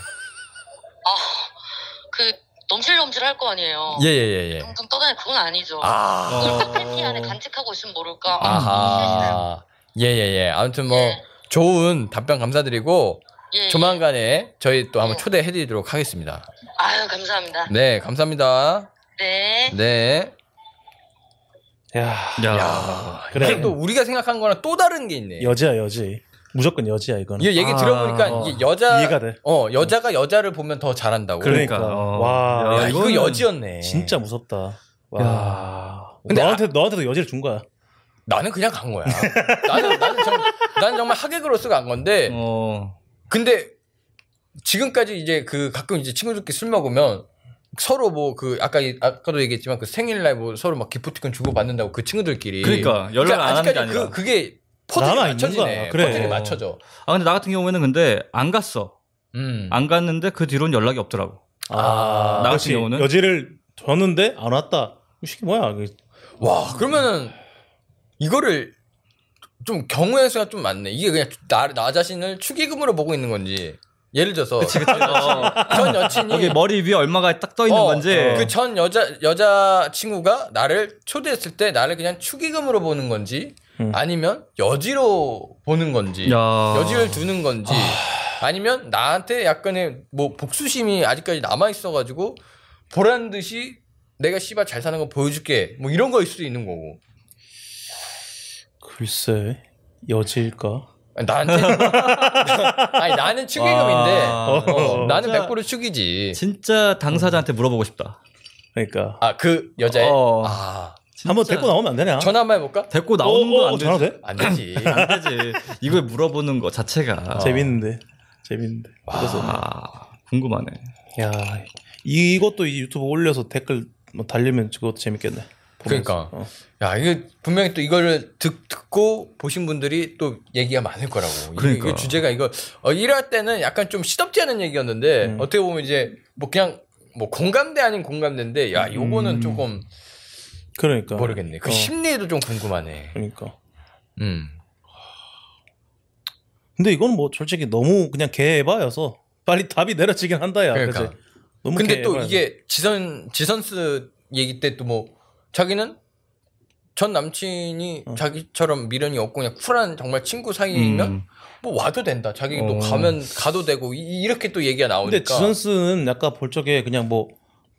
Speaker 4: 그 넘실넘실 할 거 아니에요.
Speaker 2: 예, 예, 예, 예.
Speaker 4: 둥둥 떠다니 그건 아니죠.
Speaker 2: 아.
Speaker 4: 그걸 딱 팬티 안에 간직하고 있으면 모를까.
Speaker 2: 아하.
Speaker 4: 음.
Speaker 2: 예, 예, 예. 아무튼 뭐,
Speaker 4: 예.
Speaker 2: 좋은 답변 감사드리고,
Speaker 4: 예, 예.
Speaker 2: 조만간에 저희 또 한번
Speaker 4: 예.
Speaker 2: 초대해드리도록 하겠습니다.
Speaker 4: 아유 감사합니다.
Speaker 2: 네, 감사합니다.
Speaker 4: 네.
Speaker 2: 네.
Speaker 1: 야,
Speaker 3: 야.
Speaker 2: 야,
Speaker 1: 그래.
Speaker 2: 이게 또 우리가 생각한 거랑 또 다른 게 있네.
Speaker 1: 여지야 여지. 무조건 여지야 이거는.
Speaker 2: 이 얘기
Speaker 3: 아,
Speaker 2: 들어보니까
Speaker 1: 어.
Speaker 2: 이게 여자
Speaker 1: 이해가 돼.
Speaker 2: 어 여자가 여자를 보면 더 잘한다고.
Speaker 3: 그러니까. 어.
Speaker 1: 와,
Speaker 3: 야,
Speaker 2: 야, 이거
Speaker 3: 이거는
Speaker 2: 여지였네.
Speaker 1: 진짜 무섭다. 와.
Speaker 2: 예. 근데
Speaker 1: 너한테 너한테도 여지를 준 거야.
Speaker 2: 나는 그냥 간 거야. 나는 나는 정, 난 정말 하객으로서 간 건데.
Speaker 3: 어.
Speaker 2: 근데 지금까지 이제 그 가끔 이제 친구들끼리 술 먹으면 서로 뭐 그 아까 이- 아까도 얘기했지만 그 생일날 뭐 서로 막 기프티콘 주고 받는다고 그 친구들끼리.
Speaker 3: 그러니까 연락 안 하는 게
Speaker 2: 아직까지
Speaker 3: 아니라.
Speaker 2: 그, 그게 퍼즐이
Speaker 1: 남아 있는
Speaker 2: 맞춰지네.
Speaker 1: 거야. 그래.
Speaker 2: 퍼즐이 맞춰져.
Speaker 3: 아 근데 나 같은 경우에는 근데 안 갔어.
Speaker 2: 음.
Speaker 3: 안 갔는데 그 뒤로는 연락이 없더라고.
Speaker 2: 아,
Speaker 3: 나 같은
Speaker 1: 그렇지.
Speaker 3: 경우는?
Speaker 1: 여지를 줬는데 안 왔다. 이 새끼 뭐야? 그 이거
Speaker 2: 와 그러면은 이거를 좀 경우의 수가 좀 많네. 이게 그냥 나, 나 자신을 축의금으로 보고 있는 건지. 예를 들어서 전 여친이
Speaker 3: 아, 여기 뭐, 머리 위에 얼마가 딱 떠 있는
Speaker 2: 어,
Speaker 3: 건지.
Speaker 2: 그 전 여자 여자 친구가 나를 초대했을 때 나를 그냥 축의금으로 보는 건지
Speaker 1: 음.
Speaker 2: 아니면 여지로 보는 건지
Speaker 3: 야.
Speaker 2: 그 여지를 두는 건지 아니면 나한테 약간의 뭐 복수심이 아직까지 남아 있어가지고 보란 듯이 내가 씨발 잘 사는 거 보여줄게 뭐 이런 거일 수도 있는 거고
Speaker 1: 글쎄 여지일까?
Speaker 2: 아니, 나한테 [laughs] 아니 나는 축의금인데
Speaker 3: 와.
Speaker 2: 어, 어, 나는
Speaker 3: 진짜.
Speaker 2: 100% 축이지
Speaker 3: 아. 진짜 당사자한테 물어보고 싶다.
Speaker 1: 그러니까
Speaker 2: 아 그 여자애
Speaker 3: 어.
Speaker 2: 아
Speaker 1: 한번 데리고 나오면 어, 안 되냐?
Speaker 2: 전화 한번 해볼까
Speaker 3: 데리고 나오는 건 안
Speaker 1: 전화
Speaker 3: 되지.
Speaker 1: 돼?
Speaker 2: 안
Speaker 3: [laughs]
Speaker 2: 되지
Speaker 3: 안 되지. 이걸 물어보는 거
Speaker 2: 아.
Speaker 3: 자체가.
Speaker 1: 재밌는데 아, 재밌는데. 그래서
Speaker 3: 아, 궁금하네.
Speaker 1: 야 이것도 이 유튜브 올려서 댓글 뭐 달리면 그것도 재밌겠네. 보면서.
Speaker 2: 그러니까.
Speaker 1: 어.
Speaker 2: 야, 이게 분명히 또 이거를 듣, 듣고 보신 분들이 또 얘기가 많을 거라고. 이게-
Speaker 3: 그러니까.
Speaker 2: 이게 주제가 이거 어, 이럴 때는 약간 좀 시덥지 않은 얘기였는데
Speaker 1: 음.
Speaker 2: 어떻게 보면 이제 뭐 그냥 뭐 공감대 아닌 공감대인데 야, 요거는
Speaker 3: 음.
Speaker 2: 조금
Speaker 1: 그러니까
Speaker 2: 모르겠네. 그
Speaker 1: 어,
Speaker 2: 심리도 좀 궁금하네.
Speaker 1: 그러니까.
Speaker 2: 음.
Speaker 1: 근데 이건 뭐 솔직히 너무 그냥 개에바여서 빨리 답이 내려지긴 한다야.
Speaker 2: 그러니까.
Speaker 1: 그치? 너무
Speaker 2: 근데 또
Speaker 1: 개에바여서.
Speaker 2: 이게 지선 지선스 얘기 때 또 뭐 자기는 전 남친이
Speaker 1: 어.
Speaker 2: 자기처럼 미련이 없고 그냥 쿨한 정말 친구 사이면
Speaker 3: 음.
Speaker 2: 뭐 와도 된다. 자기
Speaker 3: 어.
Speaker 2: 또 가면 가도 되고 이- 이렇게 또 얘기가 나오니까.
Speaker 1: 근데 지선스는 약간 볼 적에 그냥 뭐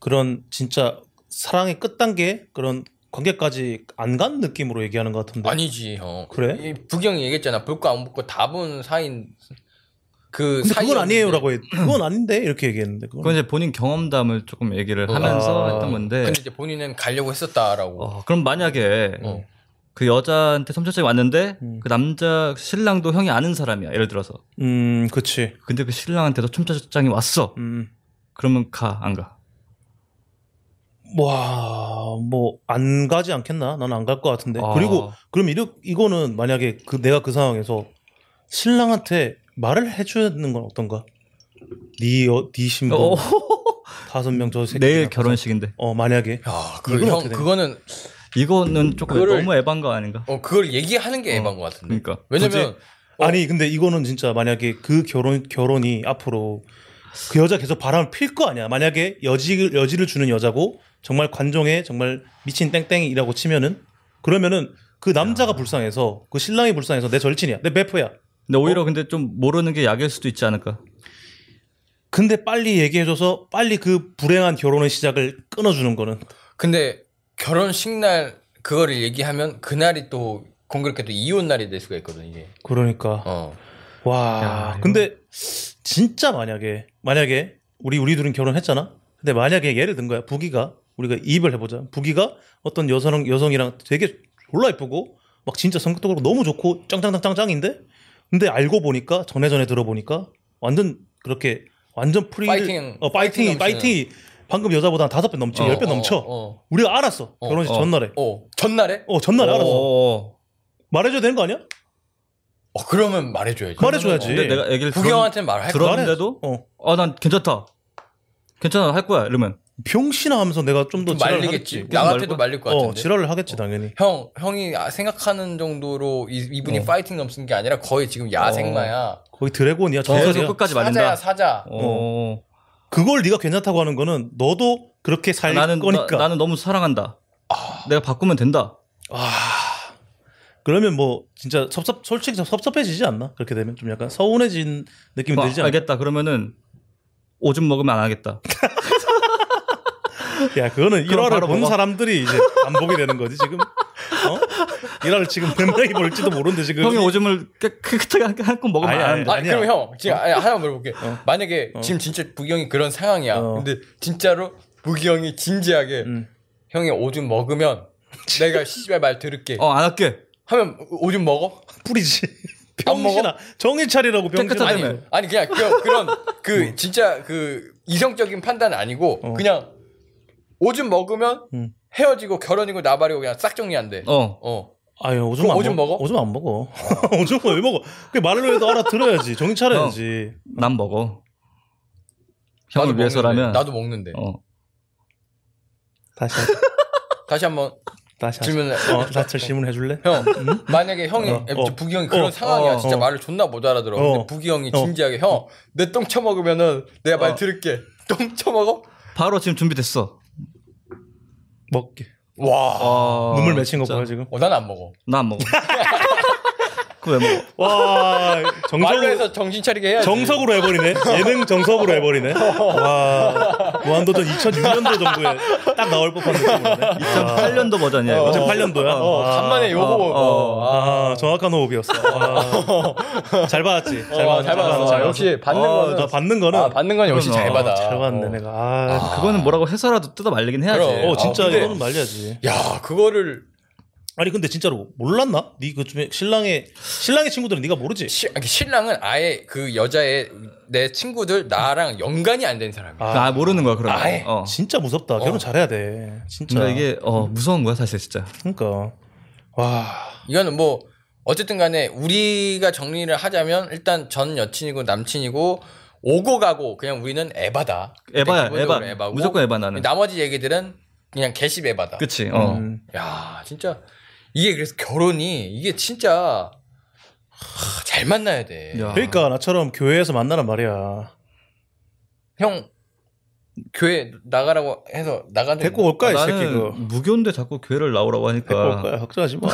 Speaker 1: 그런 진짜 사랑의 끝 단계 그런 관계까지 안 간 느낌으로 얘기하는 것 같은데.
Speaker 2: 아니지 형.
Speaker 1: 그래?
Speaker 2: 이 부경이 얘기했잖아. 볼 거 안 볼 거 다 본 사인 그
Speaker 1: 근데
Speaker 2: 사이였는데.
Speaker 1: 그건 아니에요라고 했. 그건 아닌데 이렇게 얘기했는데. 그건
Speaker 3: 그건 이제 본인 경험담을 조금 얘기를
Speaker 2: 어.
Speaker 3: 하면서
Speaker 1: 아.
Speaker 3: 했던 건데.
Speaker 2: 근데 이제 본인은 가려고 했었다라고.
Speaker 3: 어, 그럼 만약에
Speaker 2: 어.
Speaker 3: 그 여자한테 섬찟하게 왔는데
Speaker 1: 음.
Speaker 3: 그 남자 신랑도 형이 아는 사람이야. 예를 들어서.
Speaker 1: 음, 그치.
Speaker 3: 근데 그 신랑한테도 첨차장이 왔어.
Speaker 1: 음,
Speaker 3: 그러면 가, 안 가.
Speaker 1: 와, 뭐 안 가지 않겠나? 난 안 갈 것 같은데.
Speaker 3: 아.
Speaker 1: 네, 그리고 그럼 이르, 이거는 만약에 그 내가 그 상황에서 신랑한테 말을 해주는 건 어떤가? 네, 어, 네 신부
Speaker 3: 어,
Speaker 1: 다섯 명 저 새끼
Speaker 3: 내일
Speaker 1: 낳고서.
Speaker 3: 결혼식인데.
Speaker 1: 어 만약에
Speaker 2: 야,
Speaker 1: 이건
Speaker 2: 그형
Speaker 1: 어떻게 돼?
Speaker 2: 그거는
Speaker 3: 이거는 조금
Speaker 2: 그거를-
Speaker 3: 너무 에반 거 아닌가?
Speaker 2: 어 그걸 얘기하는 게
Speaker 3: 어.
Speaker 2: 애반 것 같은데.
Speaker 3: 그러니까.
Speaker 2: 왜냐면 어.
Speaker 1: 아니 근데 이거는 진짜 만약에 그 결혼 결혼이 앞으로 그 여자 계속 바람을 필 거 아니야. 만약에 여지 여지를 주는 여자고 정말 관종에 정말 미친 땡땡이라고 치면은 그러면은 그 남자가 불쌍해서 그 신랑이 불쌍해서 내 절친이야. 내 베프야.
Speaker 3: 근데 오히려
Speaker 1: 어?
Speaker 3: 근데 좀 모르는 게 약일 수도 있지 않을까?
Speaker 1: 근데 빨리 얘기해줘서 빨리 그 불행한 결혼의 시작을 끊어주는 거는
Speaker 2: 근데 결혼식 날 그거를 얘기하면 그날이 또 공교롭게도 이혼 날이 될 수가 있거든 이게.
Speaker 1: 그러니까
Speaker 2: 어.
Speaker 1: 와
Speaker 3: 야, 이거-
Speaker 1: 근데 진짜 만약에 만약에 우리 우리 둘은 결혼했잖아 근데 만약에 예를 든 거야 부기가 우리가 이입을 해보자 부기가 어떤 여성 여성이랑 되게 졸라 이쁘고 막 진짜 성격적으로 너무 좋고 짱짱짱짱짱인데 근데 알고 보니까 전에 전에 들어보니까 완전 그렇게 완전 프리
Speaker 2: 파이팅.
Speaker 1: 어 파이팅이
Speaker 2: 파이팅 넘치는.
Speaker 1: 파이팅이 방금 여자보다 한 다섯 배 넘치고
Speaker 2: 어,
Speaker 1: 열 배
Speaker 2: 어,
Speaker 1: 넘쳐.
Speaker 2: 어,
Speaker 1: 우리가 알았어
Speaker 2: 어,
Speaker 1: 결혼식
Speaker 3: 어.
Speaker 1: 전날에.
Speaker 2: 어. 전날에?
Speaker 1: 어 전날에 알았어.
Speaker 3: 어.
Speaker 1: 말해줘야 되는 거 아니야?
Speaker 2: 어, 그러면 말해줘야지.
Speaker 1: 말해줘야지.
Speaker 3: 근데 내가 얘기를 들었,
Speaker 2: 구경한테는 말할 거야.
Speaker 3: 들었는데도
Speaker 1: 어
Speaker 3: 아난 괜찮다. 괜찮아 할 거야 이러면
Speaker 1: 병신아 하면서 내가 좀 더
Speaker 2: 좀 말리겠지. 나한테도 말릴 것
Speaker 1: 어
Speaker 2: 같은데.
Speaker 1: 지랄을 하겠지 당연히.
Speaker 2: 형, 형이 아- 생각하는 정도로 이, 이분이
Speaker 1: 어.
Speaker 2: 파이팅 넘치는 게 아니라 거의 지금 야생마야.
Speaker 1: 거의 드래곤이야
Speaker 3: 계속
Speaker 1: 전설이야.
Speaker 3: 끝까지
Speaker 2: 사자야,
Speaker 3: 말린다.
Speaker 2: 사자.
Speaker 3: 어.
Speaker 1: 그걸 네가 괜찮다고 하는 거는 너도 그렇게 살
Speaker 3: 아, 나는
Speaker 1: 거니까.
Speaker 3: 나, 나는 너무 사랑한다. 내가 바꾸면 된다.
Speaker 1: 아 그러면 뭐 진짜 섭섭 솔직히 섭섭해지지 않나 그렇게 되면 좀 약간 서운해진 느낌이
Speaker 3: 아,
Speaker 1: 들지 않아?
Speaker 3: 알겠다. 그러면은 오줌 먹으면 안 하겠다.
Speaker 1: 야 그거는
Speaker 3: 그럼
Speaker 1: 일화를
Speaker 3: 바로
Speaker 1: 본
Speaker 3: 먹어.
Speaker 1: 사람들이 이제 안 보게 되는 거지 지금. 어? 일화를 지금 몇 명이 볼지도 모르는데 지금.
Speaker 3: 형이 오줌을 깨- 깨끗하게 한- 한껏 먹으면
Speaker 1: 아니,
Speaker 3: 안
Speaker 1: 아니,
Speaker 3: 한다.
Speaker 2: 아,
Speaker 1: 아니야.
Speaker 2: 그럼 형, 지금 아니, 하나 물어볼게.
Speaker 1: 어.
Speaker 2: 만약에
Speaker 1: 어.
Speaker 2: 지금 진짜 부기 형이 그런 상황이야.
Speaker 1: 어.
Speaker 2: 근데 진짜로 부기 형이 진지하게
Speaker 1: 음.
Speaker 2: 형이 오줌
Speaker 3: [laughs]
Speaker 2: 먹으면 내가 씨발 말 들을게.
Speaker 3: 어, 안 할게.
Speaker 2: 하면 오줌 먹어?
Speaker 1: 뿌리지.
Speaker 2: 안 먹어?
Speaker 1: 병신아 정신 차리라고 병신아.
Speaker 3: 깨끗하다며.
Speaker 1: 아니,
Speaker 2: 아니 그냥 그,
Speaker 3: [laughs]
Speaker 2: 그런
Speaker 3: 뭐.
Speaker 2: 그 진짜 그 이성적인 판단은 아니고
Speaker 1: 어.
Speaker 2: 그냥 오줌 먹으면
Speaker 1: 음.
Speaker 2: 헤어지고 결혼이고 나발이고 그냥 싹 정리한대.
Speaker 3: 어.
Speaker 2: 어.
Speaker 1: 아유 오줌
Speaker 2: 그럼
Speaker 1: 안
Speaker 2: 오줌 먹어?
Speaker 1: 오줌 안 먹어. [laughs] 오줌 왜 먹어? 그 말로 해도 알아들어야지. 정신 차려야지.
Speaker 3: 난 먹어.
Speaker 2: 나도
Speaker 3: 형을 위해서라면.
Speaker 2: 먹는데, 나도 먹는데.
Speaker 3: 어.
Speaker 1: 다시 하자.
Speaker 2: 다시 한번
Speaker 1: 다시 하자.
Speaker 2: 질문을.
Speaker 1: 어, 나철 질문 해줄래?
Speaker 2: 형 만약에 형이
Speaker 1: 어, 어.
Speaker 2: 부기 형이 그런
Speaker 1: 어,
Speaker 2: 상황이야
Speaker 3: 음? 어,
Speaker 2: 진짜
Speaker 1: 어.
Speaker 2: 말을 존나 못 알아들어 근데
Speaker 1: 어.
Speaker 2: 부기 형이
Speaker 1: 어.
Speaker 2: 진지하게 형 내 똥 처먹으면은 내가 말
Speaker 3: 어.
Speaker 2: 들을게 똥 처먹어
Speaker 3: 바로 지금 준비됐어.
Speaker 1: 먹게.
Speaker 2: 와난 안
Speaker 3: 어,
Speaker 1: 눈물 맺힌 거
Speaker 3: 진짜.
Speaker 1: 보여 지금.
Speaker 2: 먹어
Speaker 3: 나 안 먹어. 그왜 먹어?
Speaker 1: 와
Speaker 2: 말로
Speaker 1: 정석으로
Speaker 2: 해서 정신 차리게 해야지
Speaker 1: 정석으로 해버리네. 예능 정석으로 해버리네. 와 무한도전 2006년도 정도에 딱 나올 법한 느낌이네.
Speaker 3: 2008년도 버전이야. 이거.
Speaker 1: 2008년도야.
Speaker 2: 어, 간만에 요거
Speaker 3: 어,
Speaker 2: 어,
Speaker 1: 아,
Speaker 2: 아.
Speaker 1: 정확한 호흡이었어. 아. 잘 받았지. 잘
Speaker 2: 어,
Speaker 1: 받았어.
Speaker 2: 잘 받았어.
Speaker 1: 받았어.
Speaker 2: 역시 받는
Speaker 1: 아,
Speaker 2: 거는-
Speaker 1: 나 받는 거는
Speaker 2: 아, 받는 건 역시
Speaker 3: 그러면,
Speaker 2: 잘
Speaker 3: 어,
Speaker 2: 받아
Speaker 1: 잘 받네
Speaker 2: 어.
Speaker 1: 내가. 아,
Speaker 3: 그거는 뭐라고 해서라도 뜯어 말리긴 해야지.
Speaker 2: 그럼.
Speaker 1: 어 진짜
Speaker 2: 아, 근데-
Speaker 1: 이거는 말려야지.
Speaker 2: 야 그거를 아니,
Speaker 1: 아니 근데 진짜로 몰랐나? 네그 쯤에 신랑의 신랑의 친구들은 네가 모르지.
Speaker 2: 시- 아니, 신랑은 아예 그 여자의 내 친구들 나랑 연관이 안 된 사람이야
Speaker 3: 아, 모르는 거야, 그럼.
Speaker 2: 아예.
Speaker 3: 어.
Speaker 1: 진짜 무섭다. 결혼 잘해야 돼. 진짜.
Speaker 3: 근데 이게 어, 무서운 거야, 사실 진짜.
Speaker 1: 그러니까 와.
Speaker 2: 이거는 뭐 어쨌든 간에 우리가 정리를 하자면 일단 전 여친이고 남친이고 오고 가고 그냥 우리는 에바다.
Speaker 3: 에바야,
Speaker 2: 기본적으로
Speaker 3: 에바.
Speaker 2: 에바고
Speaker 3: 무조건 에바 나는.
Speaker 2: 나머지 얘기들은 그냥 개십 에바다.
Speaker 3: 그치. 어.
Speaker 1: 음.
Speaker 2: 야 진짜 이게 그래서 결혼이 이게 진짜 하, 잘 만나야 돼.
Speaker 3: 야.
Speaker 1: 그러니까 나처럼 교회에서 만나란 말이야.
Speaker 2: 형 교회 나가라고 해서 나가는
Speaker 1: 데리고 올 거야 이 새끼
Speaker 3: 아, 나는
Speaker 1: 그.
Speaker 3: 무교인데 자꾸 교회를 나오라고 하니까.
Speaker 1: 데리고 올 거야 걱정하지 마.